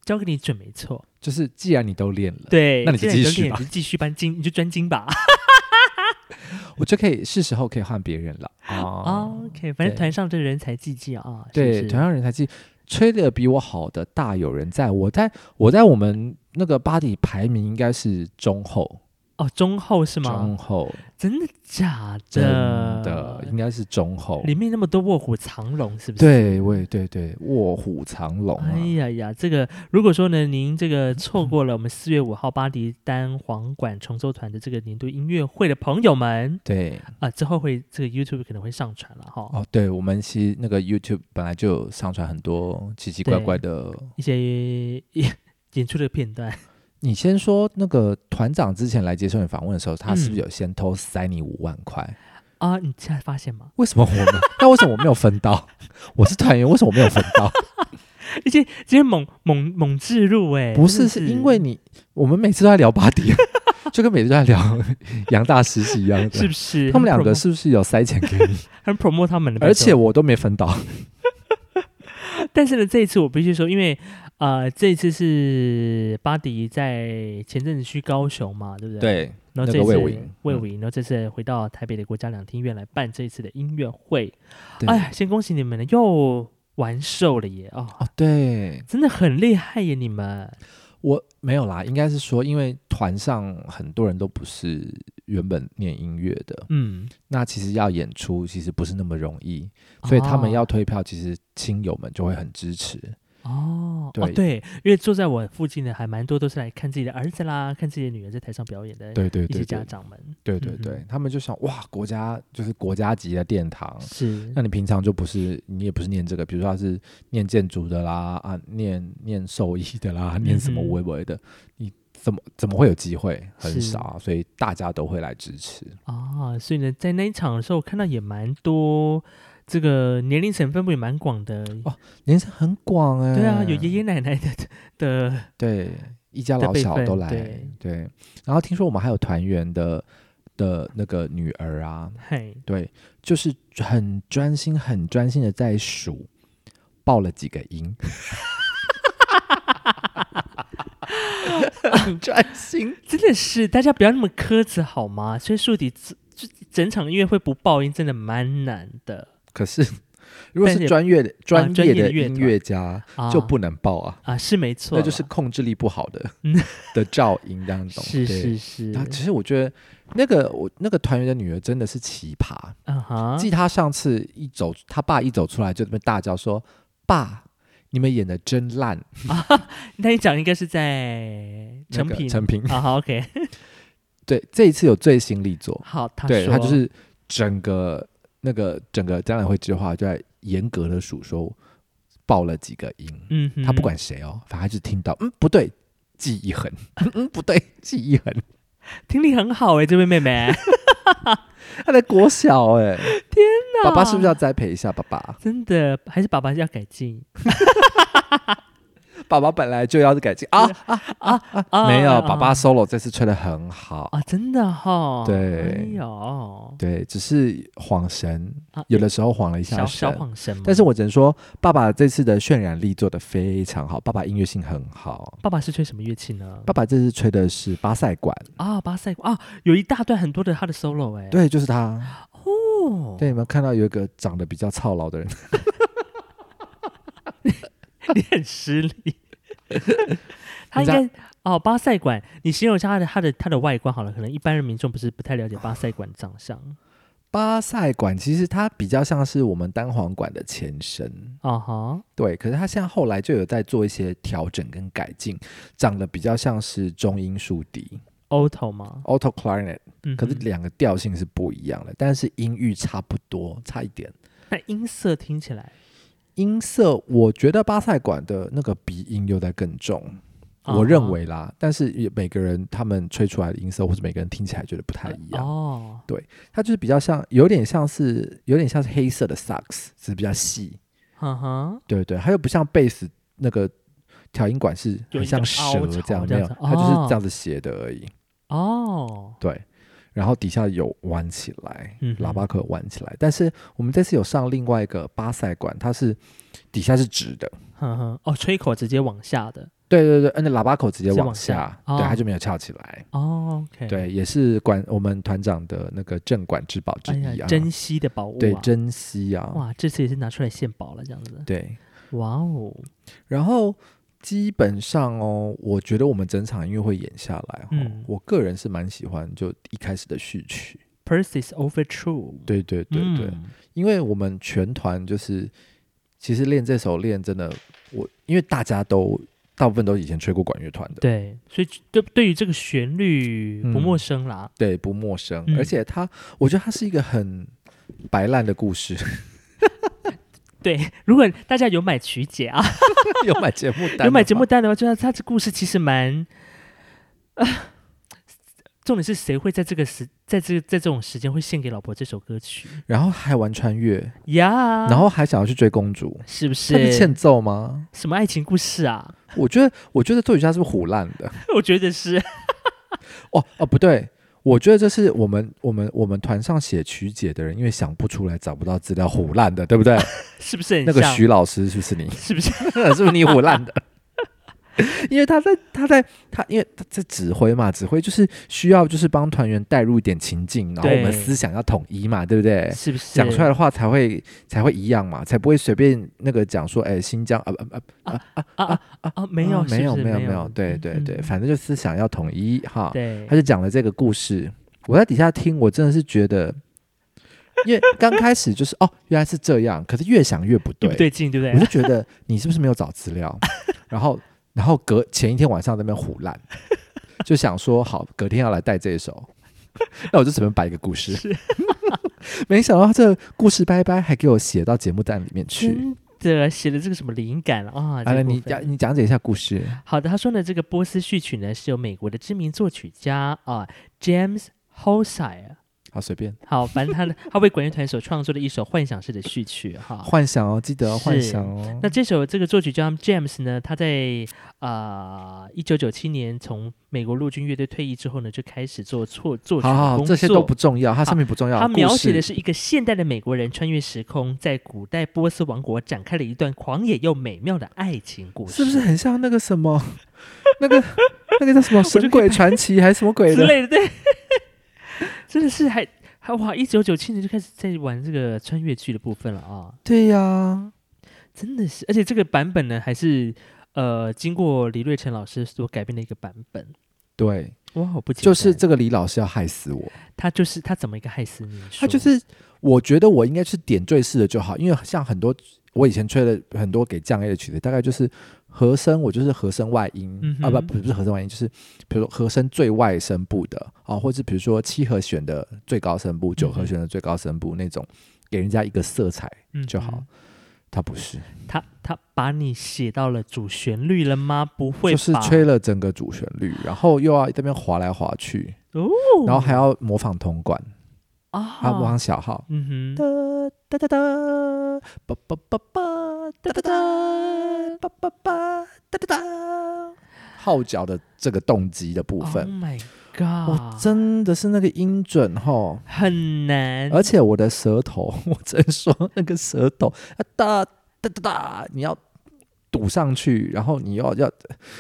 Speaker 1: 交给你准没错。
Speaker 2: 就是既然你都练了，
Speaker 1: 对，
Speaker 2: 那你就
Speaker 1: 既然
Speaker 2: 继续
Speaker 1: 练
Speaker 2: 吧
Speaker 1: 你就继续搬精，你就专精吧。
Speaker 2: 我就可以是时候可以换别人了
Speaker 1: 哦
Speaker 2: 啊。
Speaker 1: OK，反正
Speaker 2: 对
Speaker 1: 团上这人才济济啊，是不
Speaker 2: 对，
Speaker 1: 是
Speaker 2: 同样人才济，吹的比我好的大有人在。我在我在我们那个 body 排名应该是中后，
Speaker 1: 哦，中后是吗
Speaker 2: 中？后
Speaker 1: 真的假的？
Speaker 2: 真的应该是中后。
Speaker 1: 里面那么多卧虎藏龙，是不是？
Speaker 2: 对，喂，对对，卧虎藏龙啊
Speaker 1: 哎！呀呀，这个如果说呢，您这个错过了我们四月五号巴黎单簧管重奏团的这个年度音乐会的朋友们
Speaker 2: 对，
Speaker 1: 啊、之后会这个 YouTube 可能会上传了哈，
Speaker 2: 哦，对，我们其实那个 YouTube 本来就有上传很多奇奇怪怪的。
Speaker 1: 一些 演出的片段。
Speaker 2: 你先说那个团长之前来接受你访问的时候，他是不
Speaker 1: 嗯
Speaker 2: 是有先偷塞你五万块？
Speaker 1: 啊，你现在发现吗？
Speaker 2: 为什么我 们？那为什么我没有分到？我是团员，为什么我没有分 到？
Speaker 1: 而且今天猛猛猛置入哎、
Speaker 2: 不
Speaker 1: 真
Speaker 2: 是，
Speaker 1: 的
Speaker 2: 是因为你，我们每次都在聊巴迪，啊 就跟每次都在聊杨大师是一样
Speaker 1: 是
Speaker 2: 的。
Speaker 1: 不是
Speaker 2: 他们两个
Speaker 1: 很 promo-
Speaker 2: 是不是有塞钱给你？
Speaker 1: 很 promo 他们的，
Speaker 2: 而且
Speaker 1: 拜
Speaker 2: 我都没分到。
Speaker 1: 托但是呢，这一次我必须说，因为呃，这一次是巴迪在前阵子去高雄嘛，对不对？
Speaker 2: 对，
Speaker 1: 然后
Speaker 2: 那
Speaker 1: 这
Speaker 2: 个
Speaker 1: 次
Speaker 2: 魏武营
Speaker 1: 魏
Speaker 2: 嗯
Speaker 1: 武营，然后这次回到台北的国家两厅院来办这一次的音乐会。
Speaker 2: 对
Speaker 1: 哎呀，先恭喜你们了，又完售了耶！哦，
Speaker 2: 哦，对
Speaker 1: 真的很厉害耶，你们。
Speaker 2: 我没有啦，应该是说，因为团上很多人都不是原本念音乐的，
Speaker 1: 嗯，
Speaker 2: 那其实要演出其实不是那么容易，所以他们要推票，其实亲友们就会很支持。
Speaker 1: 哦哦
Speaker 2: 对
Speaker 1: 对，因为坐在我附近的还蛮多都是来看自己的儿子啦，看自己的女儿在台上表演的
Speaker 2: 对对
Speaker 1: 一些
Speaker 2: 对
Speaker 1: 家
Speaker 2: 对
Speaker 1: 长们。
Speaker 2: 对对
Speaker 1: 嗯哼
Speaker 2: 对，他们就想哇，国家就是国家级的殿堂，
Speaker 1: 是
Speaker 2: 那你平常就不是，你也不是念这个，比如说他是念建筑的啦，啊，念念兽医的啦，念什么
Speaker 1: 嗯哼
Speaker 2: 微微的，你怎么怎么会有机会？
Speaker 1: 是
Speaker 2: 很少啊、所以大家都会来支持。
Speaker 1: 啊，所以呢，在那一场的时候，我看到也蛮多这个年龄层分布也蛮广的。
Speaker 2: 哦人生很广哎、
Speaker 1: 对啊，有爷爷奶奶的的
Speaker 2: 对一家
Speaker 1: 的
Speaker 2: 老
Speaker 1: 辈
Speaker 2: 小
Speaker 1: 分
Speaker 2: 都来
Speaker 1: 对
Speaker 2: 对。然后听说我们还有团员的的那个女儿啊，
Speaker 1: 嘿，
Speaker 2: 对，就是很专心、很专心的在数，报了几个音， 很专心。
Speaker 1: 真的是大家不要那么苛责好吗？所以树底这这整场音乐会不爆音真的蛮难的，
Speaker 2: 可是，如果
Speaker 1: 但是
Speaker 2: 是
Speaker 1: 也啊
Speaker 2: 专业的、专
Speaker 1: 专
Speaker 2: 业
Speaker 1: 业的
Speaker 2: 的
Speaker 1: 乐
Speaker 2: 音
Speaker 1: 团
Speaker 2: 乐家，
Speaker 1: 啊、
Speaker 2: 就不能报啊，
Speaker 1: 啊是没错
Speaker 2: 那
Speaker 1: 啦，
Speaker 2: 就是控制力不好的
Speaker 1: 嗯
Speaker 2: 的噪音 这样懂。
Speaker 1: 是
Speaker 2: 对
Speaker 1: 是是，
Speaker 2: 然后其实我觉得那个我那个团员的女儿真的是奇葩，
Speaker 1: 嗯哈，
Speaker 2: 记他上次一走，他爸一走出来就那么大叫说：“爸，你们演的真烂。
Speaker 1: 那你讲应该是在
Speaker 2: 那
Speaker 1: 成
Speaker 2: 个”
Speaker 1: 品，
Speaker 2: 成品，
Speaker 1: 啊好 OK
Speaker 2: 对，这一次有最新力作，
Speaker 1: 好，他
Speaker 2: 对
Speaker 1: 啊说
Speaker 2: 他就是整个那个整个展览会计划就在严格的数说报了几个音，
Speaker 1: 嗯哼，
Speaker 2: 他不管谁哦，反正他就听到嗯不对，记忆痕，嗯嗯不对，记忆痕，
Speaker 1: 听力很好哎、这位妹妹，
Speaker 2: 他在国小 哎、爸爸是不是要栽培一下爸爸？
Speaker 1: 真的还是爸爸要改进？
Speaker 2: 爸爸本来就要改进啊啊 啊啊！没有，爸爸 solo 这次吹的很好，
Speaker 1: 啊，真的哈，
Speaker 2: 对
Speaker 1: 哎呦，
Speaker 2: 对，只是晃神
Speaker 1: 啊，
Speaker 2: 有的时候晃了一下
Speaker 1: 小小
Speaker 2: 神。
Speaker 1: 晃神嘛，
Speaker 2: 但是我只能说，爸爸这次的渲染力做得非常好，爸爸音乐性很好。
Speaker 1: 爸爸是吹什么乐器呢？
Speaker 2: 爸爸这次吹的是巴塞管，
Speaker 1: 啊，巴塞啊，有一大段很多的他的 solo 哎、
Speaker 2: 对，就是他。
Speaker 1: 哦，
Speaker 2: 对，你们看到有一个长得比较操劳 的人，
Speaker 1: 你很失 礼。他应
Speaker 2: 你
Speaker 1: 该哦，巴塞馆，你形容一下他的他的他的外观好了，可能一般人民众不是不太了解巴塞馆的长相。
Speaker 2: 巴塞管其实它比较像是我们单簧管的前身，
Speaker 1: 啊哈，
Speaker 2: 对。可是它现在后来就有在做一些调整跟改进，长得比较像是中音竖笛
Speaker 1: auto 吗？
Speaker 2: （auto clarinet），
Speaker 1: 嗯哼，
Speaker 2: 可是两个调性是不一样的，但是音域差不多，差一点。
Speaker 1: 那音色听起来，
Speaker 2: 音色，我觉得巴塞管的那个鼻音又在更重，
Speaker 1: 嗯
Speaker 2: 我
Speaker 1: 哦
Speaker 2: 认为啦。但是也每个人他们吹出来的音色，或者每个人听起来觉得不太一样。
Speaker 1: 哦，
Speaker 2: 它就是比较像，有点像是，有点像是黑色的萨克斯，只是比较细。
Speaker 1: 哈哈，
Speaker 2: 对对，它又不像贝斯那个调音管是
Speaker 1: 有
Speaker 2: 很
Speaker 1: 一种
Speaker 2: 像蛇
Speaker 1: 凹槽
Speaker 2: 这样，
Speaker 1: 这
Speaker 2: 没
Speaker 1: 样
Speaker 2: 有，
Speaker 1: 子
Speaker 2: 它就是
Speaker 1: 哦
Speaker 2: 这样子斜的而已。
Speaker 1: 哦，
Speaker 2: 对，然后底下有弯起来，
Speaker 1: 嗯哼
Speaker 2: 喇叭壳弯起来。但是我们这次有上另外一个巴塞管，它是底下是直的，
Speaker 1: 哈哈，哦，吹口直接往下的，
Speaker 2: 对对对，按那喇叭口直接
Speaker 1: 直接
Speaker 2: 往
Speaker 1: 往
Speaker 2: 下
Speaker 1: 下，
Speaker 2: 对，
Speaker 1: 哦
Speaker 2: 它就没有翘起来。
Speaker 1: 哦，OK，，
Speaker 2: 对，也是管我们团长的那个镇馆之宝之
Speaker 1: 哎
Speaker 2: 一
Speaker 1: 呀，
Speaker 2: 啊，
Speaker 1: 珍惜的宝物、啊，
Speaker 2: 对珍惜啊，
Speaker 1: 哇，这次也是拿出来献宝了，这样子，
Speaker 2: 对。
Speaker 1: 哇哦，
Speaker 2: 然后基本上哦，我觉得我们整场音乐会演下来、哦，
Speaker 1: 嗯
Speaker 2: 我个人是蛮喜欢就一开始的序曲，
Speaker 1: Percy is over true。
Speaker 2: 对对对对，
Speaker 1: 嗯
Speaker 2: 因为我们全团就是，其实练这首练真的，我因为大家都大部分都以前吹过管乐团的，
Speaker 1: 对，所以对对于这个旋律不
Speaker 2: 嗯
Speaker 1: 陌生啦。
Speaker 2: 对，不陌生，
Speaker 1: 嗯
Speaker 2: 而且它，我觉得它是一个很白烂的故事。
Speaker 1: 对，如果大家有买曲解啊，
Speaker 2: 有买节目单的话，
Speaker 1: 有买节目单的话，就是它这故事其实蛮，啊，重点是谁会在这个时，在这在这种时间会献给老婆这首歌曲
Speaker 2: 然后还玩穿越，
Speaker 1: 呀
Speaker 2: 然后还想要去追公主，
Speaker 1: 啊是不
Speaker 2: 这是欠
Speaker 1: 是
Speaker 2: 揍吗？
Speaker 1: 什么爱情故事啊？
Speaker 2: 我觉得，我觉得作曲家是不是胡烂的？
Speaker 1: 我觉得是
Speaker 2: 哦哦，不对，我觉得这是我们我们我们团上写曲解的人，因为想不出来找不到资料胡烂的，对不对？
Speaker 1: 是不是很
Speaker 2: 那个
Speaker 1: 像
Speaker 2: 徐老师是不 是你？
Speaker 1: 是不是？
Speaker 2: 是不是你胡烂的？ 因为他在他在他，因为他在指挥嘛，指挥就是需要就是帮团员带入一点情境，然后我们
Speaker 1: 对
Speaker 2: 思想要统一嘛，对不对？
Speaker 1: 是不是
Speaker 2: 哎讲出来的话才会才会一样嘛，才不会随便那个讲说，哎，新疆啊啊啊
Speaker 1: 啊啊啊啊！没有
Speaker 2: 啊没有
Speaker 1: 是不是
Speaker 2: 没有
Speaker 1: 没
Speaker 2: 没有，对对对，反正就思想要统一哈。
Speaker 1: 对
Speaker 2: 他就讲了这个故事，我在底下听，我真的是觉得，因为刚开始就是哦原来是这样，可是越想越不
Speaker 1: 对
Speaker 2: 对
Speaker 1: 不，对劲，对不
Speaker 2: 我
Speaker 1: 对？
Speaker 2: 就觉得你是不是没有找资料？ 然后，然后隔前一天晚上在那边胡烂，就想说好，隔天要来带这一首， 那我就随便摆一个故事。没想到这故事拜拜还给我写到节目单里面去。
Speaker 1: 真的写的这个什么灵感啊？这
Speaker 2: 来来，
Speaker 1: 部
Speaker 2: 你
Speaker 1: 分
Speaker 2: 讲你讲解一下故事。
Speaker 1: 好的，他说呢，这个波斯序曲呢是由美国的知名作曲家啊、James Hosire，
Speaker 2: 好，随便
Speaker 1: 好，反正他呢他为管乐团所创作的一首幻想式的序曲哈。
Speaker 2: 幻想哦，记得哦，
Speaker 1: 是
Speaker 2: 幻想哦
Speaker 1: 那。这首这个作曲家 James 呢，他在啊一九九七年从美国陆军乐队退役之后呢，就开始做作作曲
Speaker 2: 好好，
Speaker 1: 的
Speaker 2: 好
Speaker 1: 工
Speaker 2: 这些都
Speaker 1: 作
Speaker 2: 不。重要，它上面不重要。
Speaker 1: 他
Speaker 2: 故
Speaker 1: 描写的
Speaker 2: 事
Speaker 1: 是一个现代的美国人穿越时空，在古代波斯王国展开了一段狂野又美妙的爱情故事，
Speaker 2: 是不是很像那个什么， 那个那个叫 什么《
Speaker 1: 就
Speaker 2: 神鬼传奇》还是什么鬼
Speaker 1: 之
Speaker 2: 的？
Speaker 1: 类的，对， 真的是还还哇，一九九七年就开始在玩这个穿越剧的部分了啊，
Speaker 2: 对呀、
Speaker 1: 真的是，而且这个版本呢，还是呃经过李瑞成老师所改编的一个版本，
Speaker 2: 对，
Speaker 1: 哇，好不简单
Speaker 2: 就是这个李老师要害死我，
Speaker 1: 他就是他怎么一个害死你说？
Speaker 2: 他就是我觉得我应该是点缀式的就好，因为像很多我以前吹的很多给降 A 的曲子，大概就是和声，我就是和声外音、
Speaker 1: 嗯哼
Speaker 2: 啊，不不是和声外音，就是比如说和声最外声部的啊，或是比如说七和弦的最高声部、九和弦的最高声部那种，给人家一个色彩
Speaker 1: 嗯
Speaker 2: 就好。他不是，
Speaker 1: 他他把你写到了主旋律了吗？不会
Speaker 2: 就
Speaker 1: 吧，
Speaker 2: 是吹了整个主旋律，然后又要这边滑来滑去，
Speaker 1: 哦，
Speaker 2: 然后还要模仿铜管，
Speaker 1: 啊，
Speaker 2: 哦还要模仿小号，
Speaker 1: 嗯哼，
Speaker 2: 哒哒哒哒，叭叭叭叭，哒哒哒，叭叭叭，哒哒哒，号角的这个动机的部分
Speaker 1: Oh，my
Speaker 2: 我
Speaker 1: god！
Speaker 2: 真的是那个音准哈，
Speaker 1: 很难，
Speaker 2: 而且我的舌头， 我只能说那个舌头啊哒哒哒哒，你要堵上去，然后你要要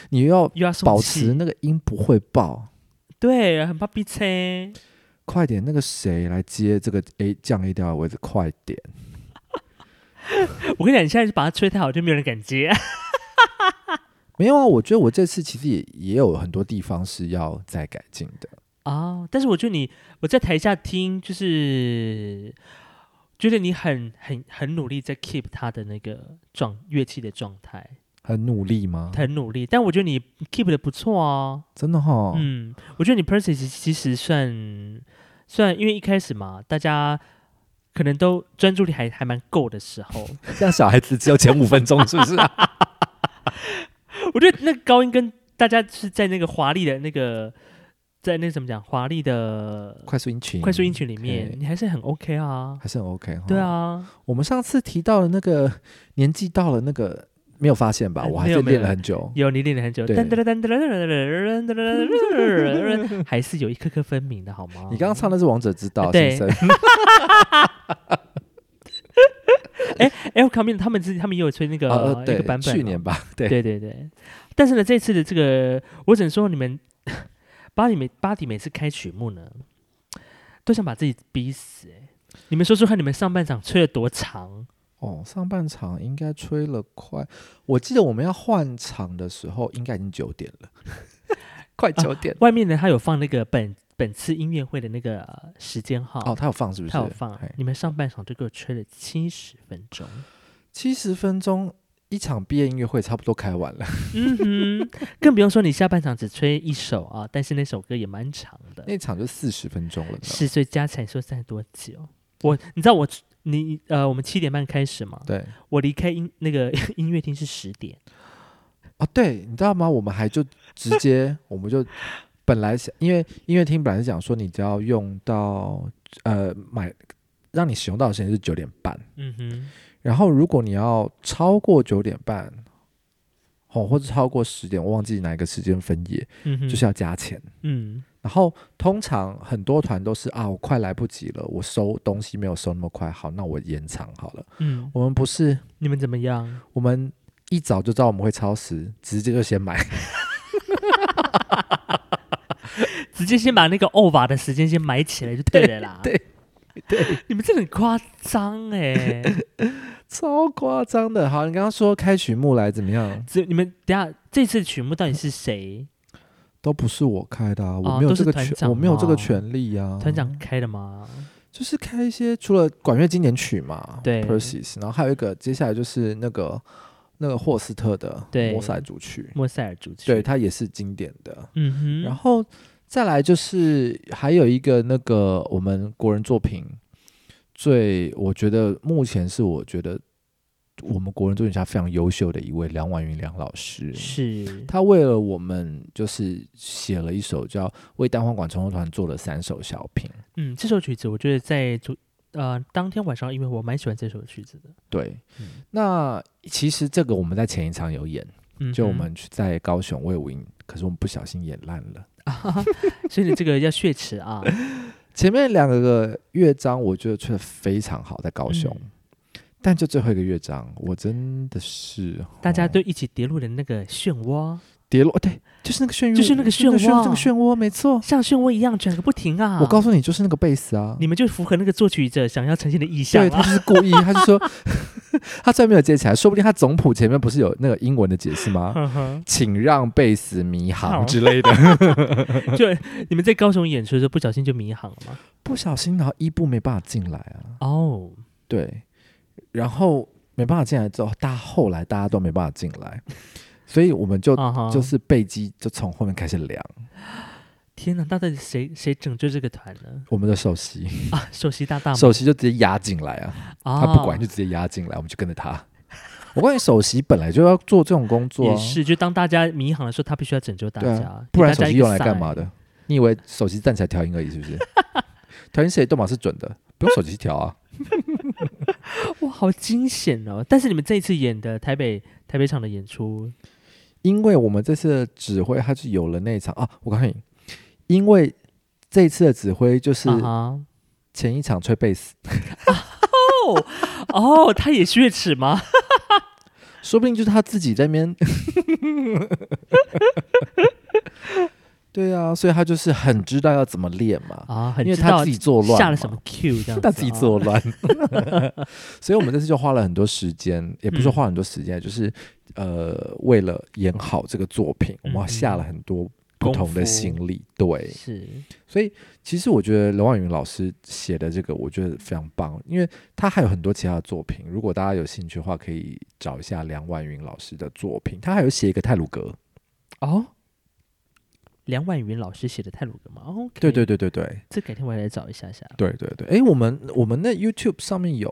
Speaker 2: 你又要
Speaker 1: 又要送
Speaker 2: 保
Speaker 1: 气
Speaker 2: 持那个音不会爆。
Speaker 1: 对，很怕逼车。
Speaker 2: 快点，那个谁来接这个 A 降 A 调的位置？快点！
Speaker 1: 我跟你讲，你现在就把它吹太好，就没有人敢接。
Speaker 2: 没有啊，我觉得我这次其实也也有很多地方是要再改进的。
Speaker 1: 哦，但是我觉得你，我在台下听，就是觉得你很很很努力在 keep 他的那个状乐器的状态，
Speaker 2: 很努力吗？
Speaker 1: 很努力。但我觉得你 keep 的不错哦。
Speaker 2: 真的哈，
Speaker 1: 嗯，我觉得你 Percy 其其实算算，因为一开始嘛，大家可能都专注力还还蛮够的时候，
Speaker 2: 像小孩子只有前五分钟，是不 是、啊？
Speaker 1: 我觉得那个高音跟大家是在那个华丽的那个，在那个怎么讲，华丽的
Speaker 2: 快速音群，
Speaker 1: 快速音群里面
Speaker 2: 嘿，
Speaker 1: 你还是很 OK 啊。
Speaker 2: 还是很 OK 哈。
Speaker 1: 对，啊，
Speaker 2: 我们上次提到的那个年纪到了，那个没有发现吧？
Speaker 1: 哎
Speaker 2: 我还
Speaker 1: 没
Speaker 2: 是
Speaker 1: 有
Speaker 2: 练了
Speaker 1: 没有
Speaker 2: 很久。
Speaker 1: 有你练了很久，
Speaker 2: 对
Speaker 1: 噔噔噔噔噔噔噔噔噔噔，还是有一颗颗分明的好吗？
Speaker 2: 你刚刚唱的是《王者之道
Speaker 1: 啊》
Speaker 2: 先
Speaker 1: 对
Speaker 2: 生，
Speaker 1: L Comin 他们自己他们也有吹那个、
Speaker 2: 呃，
Speaker 1: 一
Speaker 2: 对
Speaker 1: 个版，本嘛，
Speaker 2: 去年吧，对，
Speaker 1: 对对对，但是呢，这次的这个，我只能说你们巴黎每巴黎每次开曲目呢，都想把自己逼死、欸。你们说说看，你们上半场吹了多长？
Speaker 2: 哦，上半场应该吹了快，我记得我们要换场的时候，应该已经九点了， 快九点
Speaker 1: 外面呢，他有放那个本本次音乐会的那个呃时间号，
Speaker 2: 哦，他有放是不是？
Speaker 1: 他有放
Speaker 2: 嘿。
Speaker 1: 你们上半场就给我吹了七十分钟。
Speaker 2: 七十分钟，一场毕业音乐会差不多开完了，
Speaker 1: 嗯哼，更不用说你下半场只吹一首啊，但是那首歌也蛮长的，
Speaker 2: 那场就四十分钟了呢。
Speaker 1: 是，所以加起来说算多久？我你知道我你呃，我们七点半开始嘛，
Speaker 2: 对
Speaker 1: 我离开音那个 音乐厅是十点，
Speaker 2: 哦，对，你知道吗？我们还就直接，我们就本来想，因为音乐厅本来是讲说，你只要用到呃买，让你使用到的时间是九点半，
Speaker 1: 嗯哼，
Speaker 2: 然后如果你要超过九点半，哦，或者超过十点，我忘记哪一个时间分野，
Speaker 1: 嗯哼，
Speaker 2: 就是要加钱。
Speaker 1: 嗯
Speaker 2: 然后通常很多团都是啊，我快来不及了，我收东西没有收那么快，好，那我延长好了。
Speaker 1: 嗯，
Speaker 2: 我们不是，
Speaker 1: 你们怎么样？
Speaker 2: 我们一早就知道我们会超时，直接就先买。
Speaker 1: 直接先把那个 over 的时间先埋起来就 对了啦。
Speaker 2: 对对，
Speaker 1: 你们真的很夸张 哎！
Speaker 2: 超夸张的。好，你刚刚说开曲目来怎么样？
Speaker 1: 这你们等一下这次曲目到底是谁？
Speaker 2: 都不是我开的、啊，我
Speaker 1: 哦
Speaker 2: 没有
Speaker 1: 都是
Speaker 2: 这个
Speaker 1: 团
Speaker 2: 权，
Speaker 1: 长
Speaker 2: 我没有这个
Speaker 1: 吗
Speaker 2: 权利啊。
Speaker 1: 团长开的吗？
Speaker 2: 就是开一些除了管乐经典曲嘛，
Speaker 1: 对
Speaker 2: p e r s y s 然后还有一个接下来就是那个那个霍斯特的
Speaker 1: 对
Speaker 2: 摩塞组曲，
Speaker 1: 莫塞尔主持。
Speaker 2: 对，，它也是经典的。
Speaker 1: 嗯哼，
Speaker 2: 然后再来就是还有一个那个我们国人作品最，我觉得目前是我觉得我们国人作曲家非常优秀的一位梁婉云梁老师。
Speaker 1: 是
Speaker 2: 他为了我们，就是写了一首叫《为单簧管重奏团》做了三首小品，
Speaker 1: 嗯，这首曲子我觉得在主呃当天晚上，因为我蛮喜欢这首曲子的。
Speaker 2: 对，
Speaker 1: 嗯
Speaker 2: 那其实这个我们在前一场有演，
Speaker 1: 嗯哼，
Speaker 2: 就我们去在高雄魏武营，可是我们不小心演烂了。
Speaker 1: 所以你这个要血池啊，
Speaker 2: 前面两个乐章我觉得吹得非常 好，在高雄，
Speaker 1: 嗯
Speaker 2: 但就最后一个乐章，我真的是
Speaker 1: 大家
Speaker 2: 哦
Speaker 1: 都一起跌入了那个漩涡，
Speaker 2: 跌落，对，就是那个漩涡，
Speaker 1: 就是那个漩
Speaker 2: 那
Speaker 1: 涡
Speaker 2: 这个漩涡没错。
Speaker 1: 像漩涡一样转个不停啊！
Speaker 2: 我告诉你，就是那个贝斯啊，
Speaker 1: 你们就符合那个作曲者想要呈现的意象
Speaker 2: 对他
Speaker 1: 啊。
Speaker 2: 就是故意，他就说 他虽然没有接起来，说不定他总谱前面不是有那个英文的解释 吗？
Speaker 1: 呵呵
Speaker 2: 请让贝斯迷
Speaker 1: 好
Speaker 2: 航之类的。
Speaker 1: 就你们在高雄演出的时候不小心就迷航了吗？
Speaker 2: 不小心，然后伊布没办法进来啊，
Speaker 1: 哦，
Speaker 2: 对，然后没办法进来之后，大家后来大家都没办法进来，所以我们就、
Speaker 1: 啊哈
Speaker 2: 就是背机就从后面开始量，
Speaker 1: 天哪，到底谁谁拯救这个团呢？
Speaker 2: 我们的首席
Speaker 1: 啊，首席大大吗
Speaker 2: 首席就直接压进来啊，
Speaker 1: 啊，
Speaker 2: 他不管就直接压进来，我们就跟着他。我告诉你，首席本来就要做这种工作、
Speaker 1: 也
Speaker 2: 啊，
Speaker 1: 是，就当大家迷航的时候，他必须要拯救大
Speaker 2: 对啊
Speaker 1: 家，
Speaker 2: 不然
Speaker 1: 给大
Speaker 2: 首
Speaker 1: 家
Speaker 2: 席
Speaker 1: 一个
Speaker 2: 用来干
Speaker 1: sign
Speaker 2: 嘛？的？你以为首席站起来调音而已是不是？调音谁动码是准的，不用手机调啊。
Speaker 1: 哇，好惊险哦！但是你们这一次演的台北台北场的演出，
Speaker 2: 因为我们这次的指挥他是有了那一场啊，我告诉你，因为这次的指挥就是
Speaker 1: 啊哈
Speaker 2: 前一场吹贝斯，
Speaker 1: 哦哦，他也血耻吗？
Speaker 2: 说不定就是他自己在那边。 对啊，所以他就是很知道要怎么练嘛，
Speaker 1: 啊，很
Speaker 2: 因为
Speaker 1: 知
Speaker 2: 他
Speaker 1: 道
Speaker 2: 自己作乱，
Speaker 1: 下了什么啊 Q 这样子啊，
Speaker 2: 他自己作乱， 所以我们这次就花了很多时 间，也不是说
Speaker 1: 嗯
Speaker 2: 花了很多时间，就是呃，为了演好这个作品，我
Speaker 1: 嗯
Speaker 2: 们下了很多不同的心力。对，
Speaker 1: 是
Speaker 2: 所以其实我觉得罗婉云老师写的这个，我觉得非常棒，因为他还有很多其他的作品，如果大家有兴趣的话，可以找一下梁婉云老师的作品，他还有写一个泰鲁格。
Speaker 1: 哦。梁婉云老师写的泰鲁格吗哦？OK，
Speaker 2: 对对，对对对
Speaker 1: 这改天我也来找一下下。
Speaker 2: 对对对，哎，我们我们那 YouTube 上面有，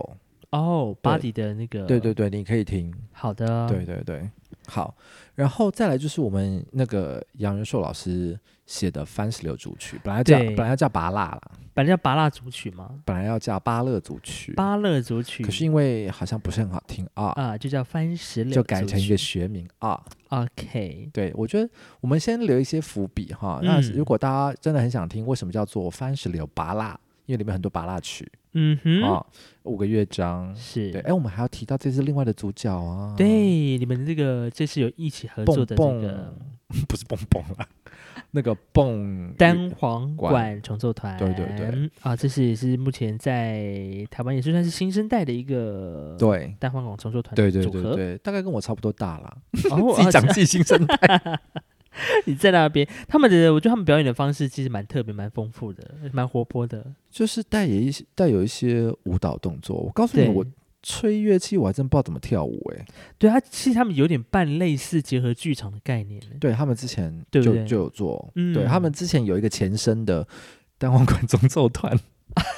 Speaker 1: 哦
Speaker 2: 对
Speaker 1: ，Body 的那个，
Speaker 2: 对对，对，你可以听。
Speaker 1: 好的，
Speaker 2: 对，对对，好，然后再来就是我们那个杨元硕老师写的《番石榴组曲》，本来叫
Speaker 1: 对
Speaker 2: 本来要叫拔蜡啦，
Speaker 1: 本来叫拔蜡组曲嘛，
Speaker 2: 本来要叫芭乐组曲，
Speaker 1: 芭乐组曲，
Speaker 2: 可是因为好像不是很好听啊，
Speaker 1: 啊，就叫番石榴，
Speaker 2: 就改成一个。学名啊。
Speaker 1: OK，
Speaker 2: 对，我觉得我们先留一些伏笔哈。那
Speaker 1: 嗯
Speaker 2: 如果大家真的很想听，为什么叫做《番石榴拔蜡》？因为里面很多拔蜡曲
Speaker 1: 嗯哼，
Speaker 2: 啊，五个乐章。
Speaker 1: 是
Speaker 2: 对，哎，我们还要提到这是另外的主角啊。
Speaker 1: 对，你们这个这次有一起合
Speaker 2: 蹦
Speaker 1: 作的这
Speaker 2: 蹦
Speaker 1: 个
Speaker 2: 不是蹦蹦啦，那个蹦
Speaker 1: 单簧
Speaker 2: 管
Speaker 1: 管重奏团，
Speaker 2: 对对对，
Speaker 1: 啊，这是也是目前在台湾也是算是新生代的一个
Speaker 2: 对
Speaker 1: 单簧管重奏团
Speaker 2: 对
Speaker 1: 的
Speaker 2: 对
Speaker 1: 呃组
Speaker 2: 对
Speaker 1: 合，
Speaker 2: 对，大概跟我差不多大啦。
Speaker 1: 然 后
Speaker 2: 自己讲自己新生代，
Speaker 1: 你在那边，他们的我觉得他们表演的方式其实蛮特别、蛮丰富的，蛮活泼的。
Speaker 2: 就是带有一些带有一些舞蹈动作。我告诉你，
Speaker 1: 对，
Speaker 2: 我吹乐器我还真不知道怎么跳舞哎、
Speaker 1: 对他其实他们有点半类似结合剧场的概念。
Speaker 2: 对他们之前
Speaker 1: 对
Speaker 2: 就
Speaker 1: 不对
Speaker 2: 就有做，
Speaker 1: 嗯
Speaker 2: 对他们之前有一个前身的 单簧管总奏团。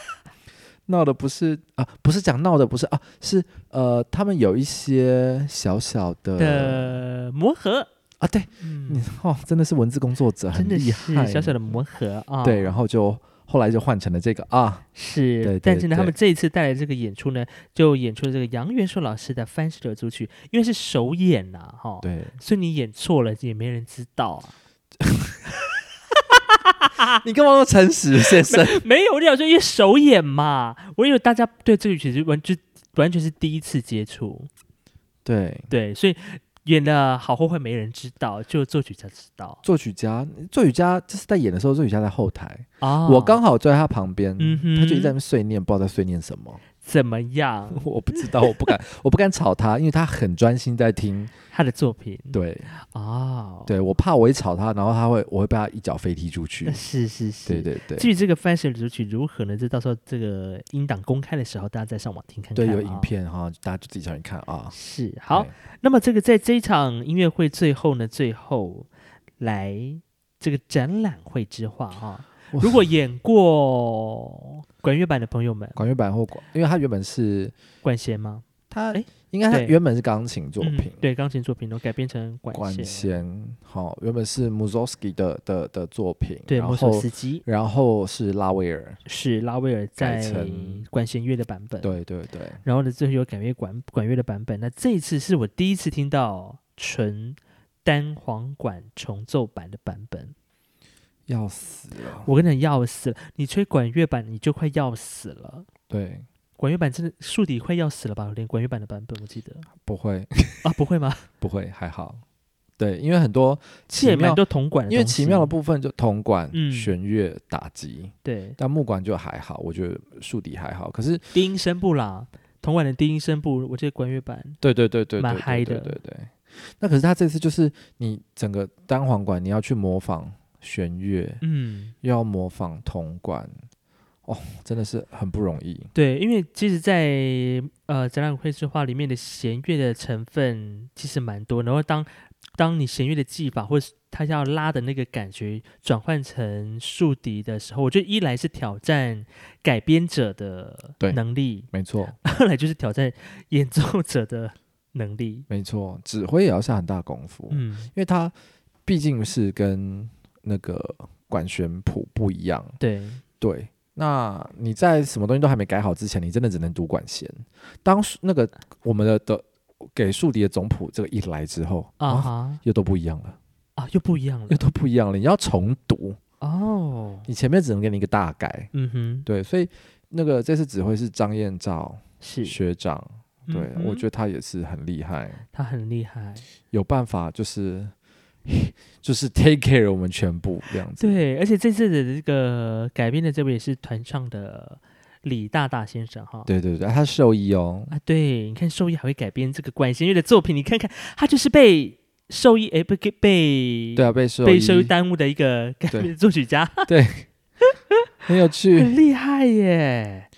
Speaker 2: 闹的不是啊，不是讲闹的不是啊，是呃，他们有一些小小的
Speaker 1: 的磨合，
Speaker 2: 啊，对呃你
Speaker 1: 嗯，
Speaker 2: 哦，真的是文字工作者，很
Speaker 1: 真的
Speaker 2: 厉
Speaker 1: 是
Speaker 2: 害，
Speaker 1: 小小的磨合啊。
Speaker 2: 对，然后就后来就换成了这个啊，
Speaker 1: 是，
Speaker 2: 对
Speaker 1: 但
Speaker 2: 对
Speaker 1: 是呢，他
Speaker 2: 对
Speaker 1: 们这一次带来这个演出呢，就演出了这个杨元硕老师的《番石榴组曲》，因为是首演呐、哈，
Speaker 2: 对，
Speaker 1: 所以你演错了也没人知道啊。
Speaker 2: 你干嘛那么诚实，先 生？
Speaker 1: 没有，我想说因为首演嘛，我以为大家对这个曲子完就完全是第一次接触，
Speaker 2: 对，
Speaker 1: 对，所以演的好或坏没人知道，只有作曲家知道
Speaker 2: 作曲家，作曲家就是在演的时候，作曲家在后台，
Speaker 1: 啊。
Speaker 2: 我刚好坐在他旁边，
Speaker 1: 嗯哼
Speaker 2: 他就一直在那边碎念，不知道在碎念什么，
Speaker 1: 怎么样？
Speaker 2: 我不知道，我不敢，我不敢吵他，因为他很专心在听，
Speaker 1: 他的作品
Speaker 2: 对，
Speaker 1: 哦，，，
Speaker 2: 对我怕我一吵他，然后他会，我会被他一脚飞踢出去
Speaker 1: 是是是，
Speaker 2: 对对对。
Speaker 1: 至于这个《翻身主曲》如何呢？这到时候这个音档公开的时候，大家再上网听看看、啊
Speaker 2: 对，有影。片哈，大家就自己上去看啊。
Speaker 1: 是好
Speaker 2: 对，，
Speaker 1: 那么这个在这一场音乐会最后呢，最后来这个展览会之画啊，
Speaker 2: 哇
Speaker 1: 如果演过管乐版的朋友们，
Speaker 2: 管乐版或管，因为他原本是
Speaker 1: 管弦吗？
Speaker 2: 他
Speaker 1: 诶
Speaker 2: 应该他
Speaker 1: 对
Speaker 2: 原本是钢琴作品，
Speaker 1: 嗯、对钢琴作品都改编成管
Speaker 2: 管
Speaker 1: 弦，
Speaker 2: 弦好，原本是 Mussorgsky 的的的作品，
Speaker 1: 对
Speaker 2: 然
Speaker 1: 莫索
Speaker 2: 后
Speaker 1: 斯基
Speaker 2: 然后是拉威尔，
Speaker 1: 是拉威尔在
Speaker 2: 改成
Speaker 1: 管弦乐的版本，
Speaker 2: 对对对，
Speaker 1: 然后呢，最后有管乐管管乐的版本。那这一次是我第一次听到纯单簧管重奏版的版本。
Speaker 2: 要死了，
Speaker 1: 我跟你讲，要死了！你吹管乐版，你就快要死了。
Speaker 2: 对，
Speaker 1: 管乐版真的树底快要死了吧？连管乐版的版本我记得
Speaker 2: 不会
Speaker 1: 啊，不会吗？
Speaker 2: 不会还好，对，因为很多
Speaker 1: 这
Speaker 2: 奇
Speaker 1: 也蛮
Speaker 2: 妙，
Speaker 1: 多铜管的东西，
Speaker 2: 因为奇妙的部分就铜管、
Speaker 1: 嗯
Speaker 2: 弦乐、打击，
Speaker 1: 对
Speaker 2: 但木管就还好，我觉得竖笛还好，可是
Speaker 1: 低音声部啦，铜管的低音声部，我记得管乐版
Speaker 2: 对对对对，
Speaker 1: 蛮
Speaker 2: 对对
Speaker 1: 嗨
Speaker 2: 对
Speaker 1: 的
Speaker 2: 对对。那可是他这次就是你整个单簧管，你要去模仿弦乐，
Speaker 1: 嗯。
Speaker 2: 又要模仿铜管，哦，真的是很不容易。
Speaker 1: 对，因为其实在，呃展览绘制画里面的弦乐的成分其实蛮多，然后当当你弦乐的技法或者是它要拉的那个感觉转换成竖笛的时候，我觉得一来是挑战改编者的
Speaker 2: 对
Speaker 1: 能力，
Speaker 2: 没错，
Speaker 1: 二来就是挑战演奏者的能力。
Speaker 2: 没错，指挥也要下很大功夫，因
Speaker 1: 嗯，
Speaker 2: 为他毕竟是跟那个管弦谱不一样。
Speaker 1: 对，
Speaker 2: 对，那你在什么东西都还没改好之前，你真的只能读管弦。当数那个我们的的给竖笛的总谱这个一来之后
Speaker 1: 啊哈
Speaker 2: 又都不一样了，
Speaker 1: 啊，又不一样了
Speaker 2: 又都不一样了。你要重读，
Speaker 1: 哦，
Speaker 2: 你前面只能给你一个大改。
Speaker 1: 嗯哼，
Speaker 2: 对，所以那个这次指挥是张彦照
Speaker 1: 是，
Speaker 2: 学长，对、
Speaker 1: 嗯哼
Speaker 2: 我觉得他也是很厉害，
Speaker 1: 他很厉害。
Speaker 2: 有办法就是 就是 take care 我们全部这样子。
Speaker 1: 对，而且这次的这个改编的这位也是团唱的李大大先生哈。
Speaker 2: 对对对，啊他是兽医哦，
Speaker 1: 啊，对，你看兽医还会改编这个管弦乐的作品，你看看他就是被兽医哎不给被
Speaker 2: 对啊，被兽
Speaker 1: 被
Speaker 2: 医
Speaker 1: 兽医耽误的一个改编的作曲家，
Speaker 2: 很 有趣。
Speaker 1: 很厉害耶。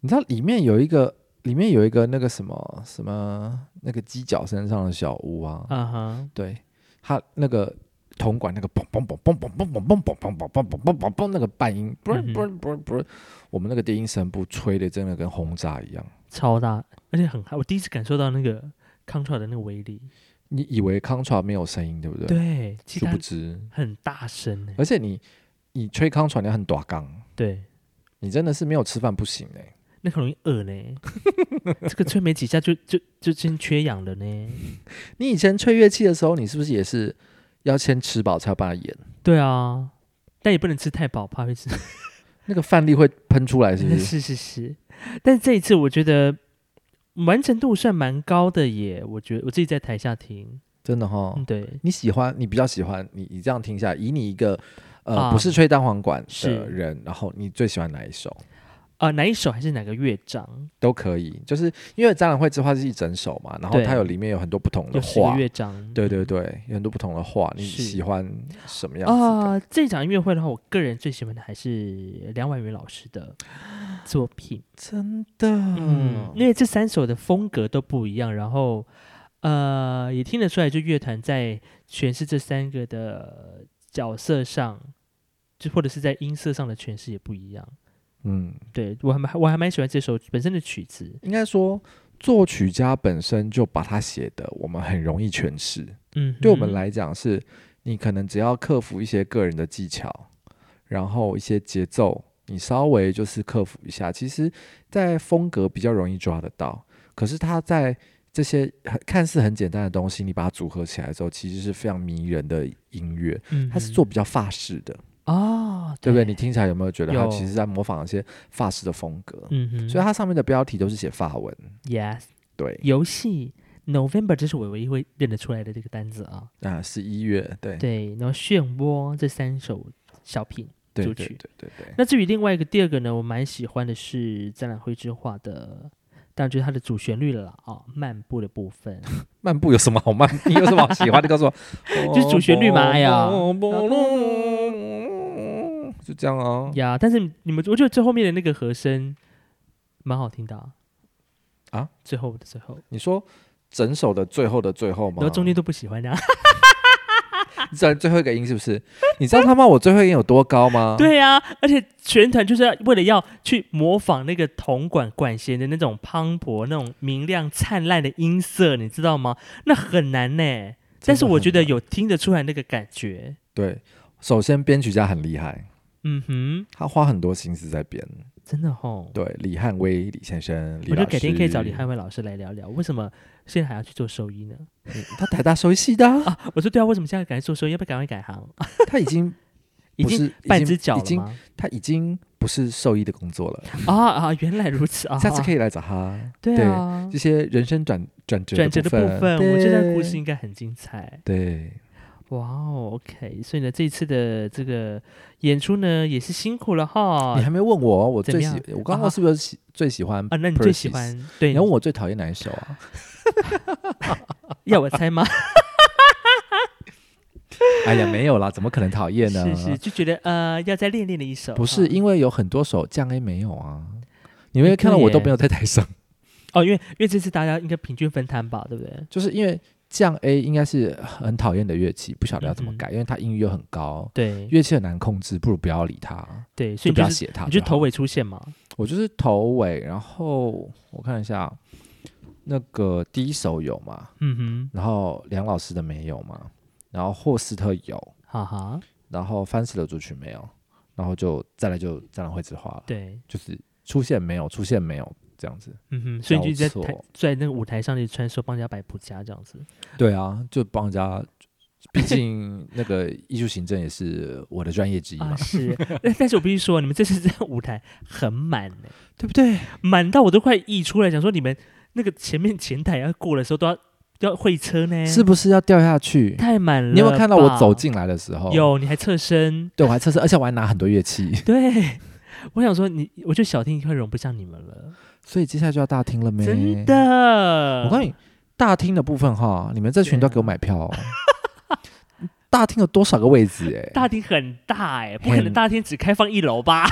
Speaker 2: 你知道里面有一个，里面有一个那个什么什么那个犄角身上的小屋啊，
Speaker 1: 啊哈，
Speaker 2: 对，他那个铜管那个砰砰砰砰砰砰砰砰砰砰砰砰砰砰砰砰那个半音，不是
Speaker 1: 嗯哼
Speaker 2: 不是不是不是，我们那个低音声部吹的真的跟轰炸一样。
Speaker 1: 超大，而且很嗨，我第一次感受到那个 control 的那个威力。
Speaker 2: 你以为 contra 没有声音，对不对？，
Speaker 1: 对，其实
Speaker 2: 殊不
Speaker 1: 它
Speaker 2: 知，
Speaker 1: 很大声耶
Speaker 2: 而且你你吹 contra 你要很短杠，
Speaker 1: 对，
Speaker 2: 你真的是没有吃饭不行哎、
Speaker 1: 那很容易饿 呢。这个吹没几下就就就先缺氧了呢。
Speaker 2: 你以前吹乐器的时候，你是不是也是要先吃饱才有办法演？
Speaker 1: 对啊，但也不能吃太饱，怕会吃。
Speaker 2: 那个饭粒会喷出来，是不是？
Speaker 1: 是是是，但这一次我觉得完成度算蛮高的耶。我觉得我自己在台下听，
Speaker 2: 真的哈、
Speaker 1: 嗯，对，
Speaker 2: 你喜欢，你比较喜欢，你你这样听下来，以你一个呃、
Speaker 1: 啊
Speaker 2: 不是吹单簧管
Speaker 1: 是
Speaker 2: 的人，然后你最喜欢哪一首
Speaker 1: 啊，哪一首还是哪个乐章？
Speaker 2: 都可以，就是因为《展览会之花》是一整首嘛，然后
Speaker 1: 对
Speaker 2: 它有里面有很多不同的
Speaker 1: 有十个
Speaker 2: 画，
Speaker 1: 乐章，
Speaker 2: 对对对，有很多不同的画，你
Speaker 1: 是
Speaker 2: 喜欢什么样子的？
Speaker 1: 啊、这场音乐会的话，我个人最喜欢的还是梁婉瑜老师的作品。
Speaker 2: 真的，
Speaker 1: 嗯，因为这三首的风格都不一样，然后呃，也听得出来，就乐团在诠释这三个的角色上，就或者是在音色上的诠释也不一样。
Speaker 2: 嗯，
Speaker 1: 对我还蛮我还蛮喜欢这首本身的曲子，
Speaker 2: 应该说作曲家本身就把它写的，我们很容易诠释。
Speaker 1: 嗯哼，
Speaker 2: 对我们来讲是，你可能只要克服一些个人的技巧，然后一些节奏，你稍微就是克服一下，其实，在风格比较容易抓得到。可是它在这些很看似很简单的东西，你把它组合起来之后，其实是非常迷人的音乐。
Speaker 1: 嗯哼，
Speaker 2: 它是做比较法式的，
Speaker 1: 哦，
Speaker 2: 对不对？你听起来有没有觉得它
Speaker 1: 有
Speaker 2: 其实在模仿一些法式的风格？
Speaker 1: 嗯哼，
Speaker 2: 所以它上面的标题都是写法文，
Speaker 1: yes
Speaker 2: 对，
Speaker 1: 游戏 November 这是我唯一会认得出来的这个单子啊，
Speaker 2: 啊，十一月，对，
Speaker 1: 对，然后漩涡这三首小品。
Speaker 2: 对
Speaker 1: 作
Speaker 2: 对
Speaker 1: 曲
Speaker 2: 对对对，
Speaker 1: 那至于另外一个第二个呢，我蛮喜欢的是《展览会之画》的，当然就是它的主旋律了啦啊、漫步的部 分。
Speaker 2: 漫步有什么好漫？你有什么好喜欢？你告诉我，
Speaker 1: 就是主旋律嘛哎呀
Speaker 2: 就这样啊
Speaker 1: 呀但是你们，我觉得最后面的那个和声蛮好听的啊。
Speaker 2: 啊
Speaker 1: 最后的最后，
Speaker 2: 你说整首的最后的最后吗？
Speaker 1: 然后中间都不喜欢的、啊。
Speaker 2: 最最后一个音是不是？你知道他妈我最后一个音有多高吗？，
Speaker 1: 对啊，而且全团就是要为了要去模仿那个铜管管弦的那种磅礴、那种明亮灿烂的音色，你知道吗？那很难呢、但是我觉得有听得出来那个感觉。
Speaker 2: 对。首先，编曲家很厉害，
Speaker 1: 嗯哼，
Speaker 2: 他花很多心思在编。
Speaker 1: 真的吼。
Speaker 2: 对，李汉威李先生，李
Speaker 1: 我觉
Speaker 2: 老
Speaker 1: 得
Speaker 2: 师，
Speaker 1: 改天可以找李汉威老师来聊聊，为什么现在还要去做兽医呢？
Speaker 2: 嗯，他台大收系的啊、
Speaker 1: 啊，我说对啊，为什么现在赶紧做兽医？要不要赶快改行？啊
Speaker 2: 他已经
Speaker 1: 已
Speaker 2: 不是
Speaker 1: 经
Speaker 2: 已经
Speaker 1: 半只脚
Speaker 2: 已
Speaker 1: 了
Speaker 2: 经
Speaker 1: 吗？
Speaker 2: 他已经不是兽医的工作了。
Speaker 1: 啊啊，原来如此啊！
Speaker 2: 下次可
Speaker 1: 以
Speaker 2: 以来找他。
Speaker 1: 对啊
Speaker 2: 这，些人生转转折
Speaker 1: 转折的部分，我觉得故事
Speaker 2: 对
Speaker 1: 应该很精彩。
Speaker 2: 对，
Speaker 1: 哇哦，OK，所以呢，这一次的这个演出呢，也是辛苦了哈
Speaker 2: 你。还没问我，我
Speaker 1: 怎
Speaker 2: 最
Speaker 1: 么
Speaker 2: 喜
Speaker 1: 样，
Speaker 2: 我刚刚是不是喜最喜欢
Speaker 1: 啊，？那你最喜
Speaker 2: Persis
Speaker 1: 欢对？
Speaker 2: 你要问我最讨厌哪一首啊？
Speaker 1: 要我猜吗？
Speaker 2: 哎呀，没有啦，怎么可能讨厌呢？
Speaker 1: 是是，就觉得呃，要再练练的一首。
Speaker 2: 不是
Speaker 1: 啊
Speaker 2: 因为有很多首降 A 没有啊？你会
Speaker 1: 哎
Speaker 2: 看到
Speaker 1: 对
Speaker 2: 我都
Speaker 1: 耶
Speaker 2: 没有在台上，
Speaker 1: 哦，因为因为这次大家应该平均分摊吧，对不对？
Speaker 2: 就是因为降 A 应该是很讨厌的乐器，不晓得要怎么
Speaker 1: 嗯哼
Speaker 2: 改，因为它音域又很高，
Speaker 1: 对
Speaker 2: 乐器很难控制，不如不要理它，
Speaker 1: 对，所以你
Speaker 2: 就不
Speaker 1: 就
Speaker 2: 要
Speaker 1: 是
Speaker 2: 写它好。
Speaker 1: 你就头尾出现嘛。
Speaker 2: 我就是头尾，然后我看一下，那个第一首有嘛，
Speaker 1: 嗯
Speaker 2: 然后梁老师的没有嘛，然后霍斯特有，
Speaker 1: 哼，哈哈，
Speaker 2: 然后范斯的主曲没有，然后就再来就展览会之花了，
Speaker 1: 对，
Speaker 2: 就是出现没有，出现没有这样子。
Speaker 1: 嗯哼，所以你就在
Speaker 2: 交
Speaker 1: 台
Speaker 2: 错
Speaker 1: 在那个舞台上就穿梭帮人家摆谱夹这样子，
Speaker 2: 对啊，就帮人家，毕竟那个艺术行政也是我的专业之一嘛，
Speaker 1: 啊是， 但但是我必须说，你们这次在舞台很满呢、
Speaker 2: 对不对？
Speaker 1: 满到我都快溢出来，想说你们那个前面前台要过的时候都要要会车呢，
Speaker 2: 是不是要掉下去？
Speaker 1: 太满嗯了吧。
Speaker 2: 你有没有看到我走进来的时候？，
Speaker 1: 有，你还侧身，
Speaker 2: 对我还测试，而且我还拿很多乐器，
Speaker 1: 对。我想说你，我觉得小丁快容不下你们了，
Speaker 2: 所以接下来就要大厅了没？
Speaker 1: 真，的。
Speaker 2: 我告诉你，大厅的部分哈，你们这群都要给我买票哦。 大厅有多少个位置、欸？
Speaker 1: 啊大厅很大哎、不可能
Speaker 2: 很
Speaker 1: 大厅只开放一楼吧？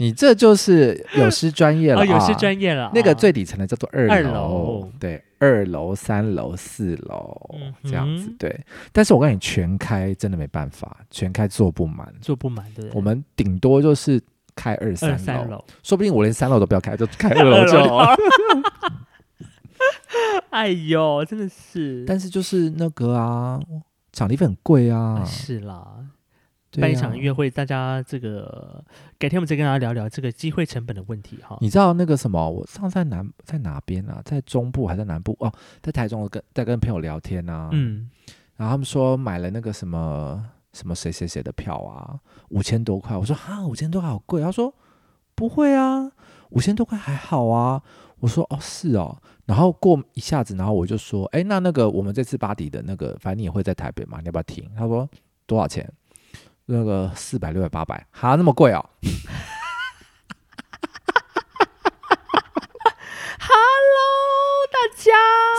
Speaker 2: 你这就是有失专业了、啊
Speaker 1: 哦，有些专业了，
Speaker 2: 那个
Speaker 1: 哦
Speaker 2: 最底层的叫做二楼，
Speaker 1: 二楼
Speaker 2: 对，二楼、三楼、四楼、
Speaker 1: 嗯哼
Speaker 2: 这样子，对。但是我告诉你，全开真的没办法，全开坐不满，
Speaker 1: 坐不满，对不对？
Speaker 2: 我们顶多就是开二
Speaker 1: 二
Speaker 2: 三
Speaker 1: 三
Speaker 2: 楼，
Speaker 1: 楼，
Speaker 2: 说不定我连三楼都不要开，就开二楼就好。
Speaker 1: 哎呦，真的是，
Speaker 2: 但是就是那个啊，场地费很贵啊
Speaker 1: 啊，是啦，
Speaker 2: 对
Speaker 1: 办一
Speaker 2: 啊
Speaker 1: 场音乐会，大家这个改天我们再跟大家聊聊这个机会成本的问题哈。
Speaker 2: 你知道那个什么？我上次在南在哪边啊？在中部还是在南部？哦，在台中，我跟在跟朋友聊天啊，
Speaker 1: 嗯，
Speaker 2: 然后他们说买了那个什么什么谁谁谁的票啊，五千多块。我说哈，五千多块好贵。他说不会啊，五千多块还好啊。我说哦是哦。然后过一下子，然后我就说，哎，那那个我们这次巴迪的那个，反正你也会在台北嘛，你要不要听？他说多少钱？那个四百、六百、八百，哈，那么贵哦。
Speaker 1: Hello，大家，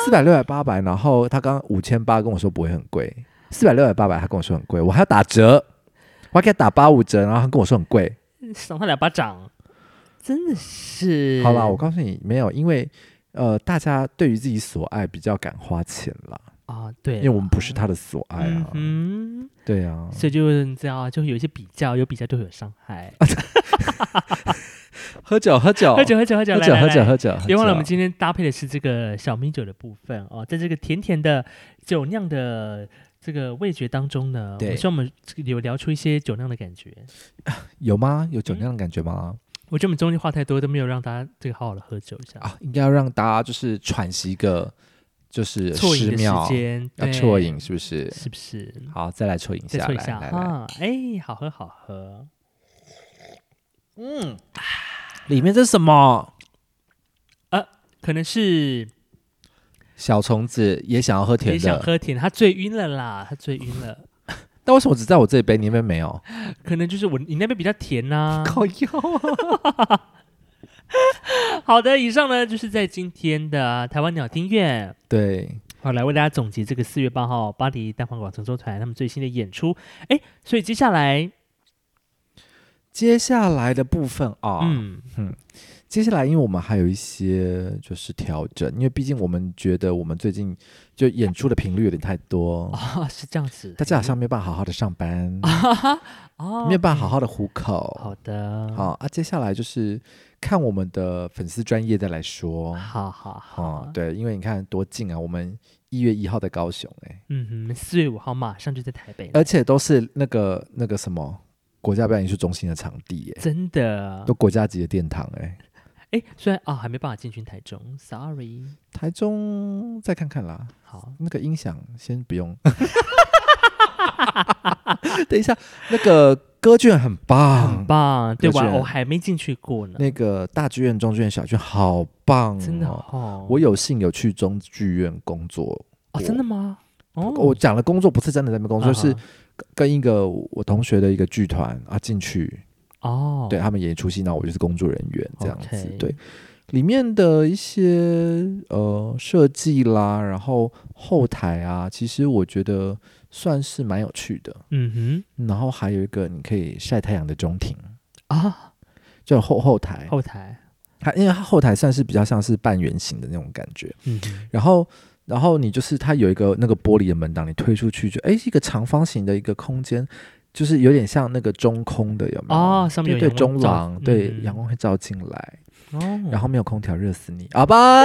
Speaker 2: 四百、六百、八百，然后他刚五千八跟我说不会很贵，四百、六百、八百，他跟我说很贵，我还要打折，我还给他打八五折，然后他跟我说很贵。
Speaker 1: 赏他两巴掌，真的是。
Speaker 2: 好啦，我告诉你，没有，因为呃，大家对于自己所爱比较敢花钱啦，
Speaker 1: 啊，对啦，
Speaker 2: 因为我们不是他的所爱
Speaker 1: 嗯
Speaker 2: 啊，
Speaker 1: 哼，
Speaker 2: 对啊，
Speaker 1: 所以就是你知道，就有一些比较，有比较就会有伤害。
Speaker 2: 喝酒喝酒
Speaker 1: 喝酒，喝酒，喝酒，
Speaker 2: 哦喝
Speaker 1: 来
Speaker 2: 酒
Speaker 1: 来
Speaker 2: 喝酒
Speaker 1: 来
Speaker 2: 喝酒，
Speaker 1: 别忘了，我们
Speaker 2: 今
Speaker 1: 今天搭配的是这个小米酒的部分哦，在这个甜甜的酒酿的这个味觉当中呢，我
Speaker 2: 对
Speaker 1: 希望我们这个有聊出一些酒酿的感觉。
Speaker 2: 有吗？有酒酿的感觉吗？
Speaker 1: 我觉得我们中间话太多，都没有让大家这个好好的喝酒一下，
Speaker 2: 啊，应该要让大家就是喘息个就是
Speaker 1: 错饮
Speaker 2: 十
Speaker 1: 的
Speaker 2: 秒
Speaker 1: 时，间，
Speaker 2: 要
Speaker 1: 对
Speaker 2: 啜饮是不是？
Speaker 1: 是不是？
Speaker 2: 好，再来啜饮
Speaker 1: 再
Speaker 2: 下，
Speaker 1: 错一
Speaker 2: 来
Speaker 1: 下
Speaker 2: 来来，
Speaker 1: 哈，哎，好喝好喝，
Speaker 2: 里面这是什么？
Speaker 1: 可能是
Speaker 2: 小虫子也想要喝
Speaker 1: 也
Speaker 2: 甜
Speaker 1: 想
Speaker 2: 的，
Speaker 1: 喝甜，他醉晕了啦，他醉晕 了，
Speaker 2: 但为什么只在我这一杯，你那边 没有？
Speaker 1: 可能就是我你那边比较甜呐、
Speaker 2: 靠腰啊！
Speaker 1: 好的，以上呢就是在今天的台湾鸟丁院。
Speaker 2: 对，
Speaker 1: 好，来为大家总结这个四月八号巴黎蛋黄广承周团他们最新的演出。哎，所以接下来，
Speaker 2: 接下来的部分啊，
Speaker 1: 嗯，
Speaker 2: 接下来，因为我们还有一些就是调整，因为毕竟我们觉得我们最近就演出的频率有点太多，
Speaker 1: 啊、是这样子，
Speaker 2: 大家好像没有办法好好的上班，
Speaker 1: 哦，
Speaker 2: 没有办法好好的糊口。
Speaker 1: 好的，
Speaker 2: 好啊，接下来就是看我们的粉丝专业再来说。
Speaker 1: 好好好，啊
Speaker 2: 哦，对，因为你看多近啊，我们一月一号在高雄、欸，
Speaker 1: 嗯哼，四月五号马上就在台北了，
Speaker 2: 而且都是那个那个什么国家表演艺术中心的场地、欸，
Speaker 1: 真的
Speaker 2: 都，国家级的殿堂、欸，哎，
Speaker 1: 哎，虽然啊、还没办法进军台中，sorry，
Speaker 2: 台中再看看啦。
Speaker 1: 好，
Speaker 2: 那个音响先不用。 等一下，那个歌剧院很棒，
Speaker 1: 很棒，对
Speaker 2: 歌
Speaker 1: 吧？
Speaker 2: 剧院
Speaker 1: 我还没进去过呢，
Speaker 2: 那个大剧院、中剧院、小剧院好棒、嗯哦，
Speaker 1: 真的哦，
Speaker 2: 我有幸有去中剧院工作，
Speaker 1: 哦，真的吗？哦，
Speaker 2: 我讲的工作不是真的在那边工作，
Speaker 1: 啊
Speaker 2: 是跟一个我同学的一个剧团啊进去，
Speaker 1: 哦，
Speaker 2: 对他们演一出戏，那我就是工作人员这样子
Speaker 1: OK
Speaker 2: 对。里面的一些呃设计啦，然后后台啊，其实我觉得算是蛮有趣的。
Speaker 1: 嗯
Speaker 2: 然后还有一个你可以晒太阳的中庭，
Speaker 1: 哼，啊，
Speaker 2: 就后后台，
Speaker 1: 后台，
Speaker 2: 它因为它后台算是比较像是半圆形的那种感觉。
Speaker 1: 嗯哼，
Speaker 2: 然后，然后你就是它有一个那个玻璃的门挡，你推出去就哎一个长方形的一个空间，就是有点像那个中空的，有没有？
Speaker 1: 哦上面有
Speaker 2: 对对
Speaker 1: 阳光
Speaker 2: 中
Speaker 1: 照
Speaker 2: 廊，对
Speaker 1: 嗯
Speaker 2: 阳光会照进来，
Speaker 1: 哦，
Speaker 2: 然后没有空调热死啊 你，好吧？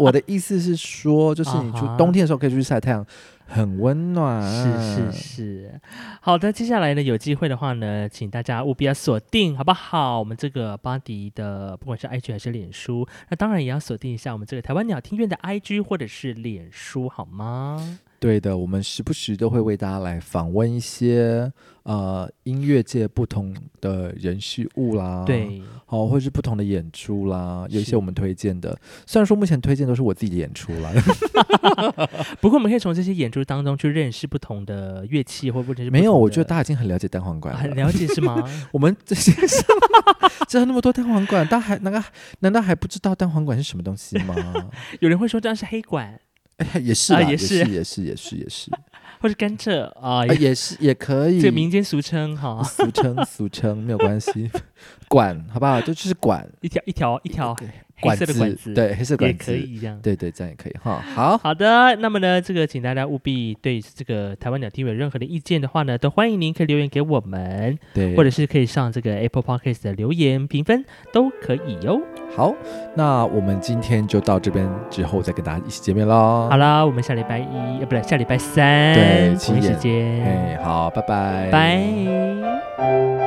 Speaker 2: 我的意思是说，就是你去
Speaker 1: 啊哈
Speaker 2: 冬天的时候可以出去晒太阳，很温暖。
Speaker 1: 是是是，好的，接下来呢，有机会的话呢，请大家务必要锁定，好不好？我们这个巴迪的，不管是 IG 还是脸书，那当然也要锁定一下我们这个台湾鸟听院的 IG 或者是脸书，好吗？
Speaker 2: 对的，我们时不时都会为大家来访问一些呃音乐界不同的人事物啦，，
Speaker 1: 对，
Speaker 2: 哦，或是不同的演出啦，有一
Speaker 1: 是
Speaker 2: 些我们推荐的，虽然说目前推荐都是我自己的演出 啦，
Speaker 1: 不过我们可以从这些演出当中去认识不同的乐器，或或者是不
Speaker 2: 没有，
Speaker 1: 同
Speaker 2: 我
Speaker 1: 的
Speaker 2: 觉得大家已经很了解单簧管
Speaker 1: 很
Speaker 2: 了。
Speaker 1: 了解是 吗？
Speaker 2: 我们这些 知道那么多单簧管，大家还难道难道还不知道单簧管是什么东西吗？
Speaker 1: 有人会说这样是黑管，
Speaker 2: 哎 也是
Speaker 1: 啊
Speaker 2: 啦，
Speaker 1: 也
Speaker 2: 也
Speaker 1: 是
Speaker 2: 也是，也是，也是，
Speaker 1: 或是甘蔗啊，
Speaker 2: 啊也是也可以。啊
Speaker 1: 这个民间俗称哈，
Speaker 2: 俗称俗称没有关系， 管好不好？就就是管
Speaker 1: 一条一条一条
Speaker 2: 对
Speaker 1: 黑色的管
Speaker 2: 子，对黑色
Speaker 1: 也
Speaker 2: 管
Speaker 1: 可
Speaker 2: 子，
Speaker 1: 以这样。
Speaker 2: 对对，这样也可以哈。好，
Speaker 1: 好的，那么呢，这个请大家务必对这个台湾鸟听有任何的意见的话呢，都欢迎您可以留言给我们，
Speaker 2: 对，
Speaker 1: 或者是可以上这个 Apple Podcast 的留言评分都可以哦哟。
Speaker 2: 好，那我们今天就到这边之后再跟大家一起见面喽。
Speaker 1: 好，啦，我们下礼拜一，呃，不对，下礼拜三，
Speaker 2: 对七
Speaker 1: 同一时
Speaker 2: 点
Speaker 1: 间，
Speaker 2: 哎，好，拜拜，
Speaker 1: 拜。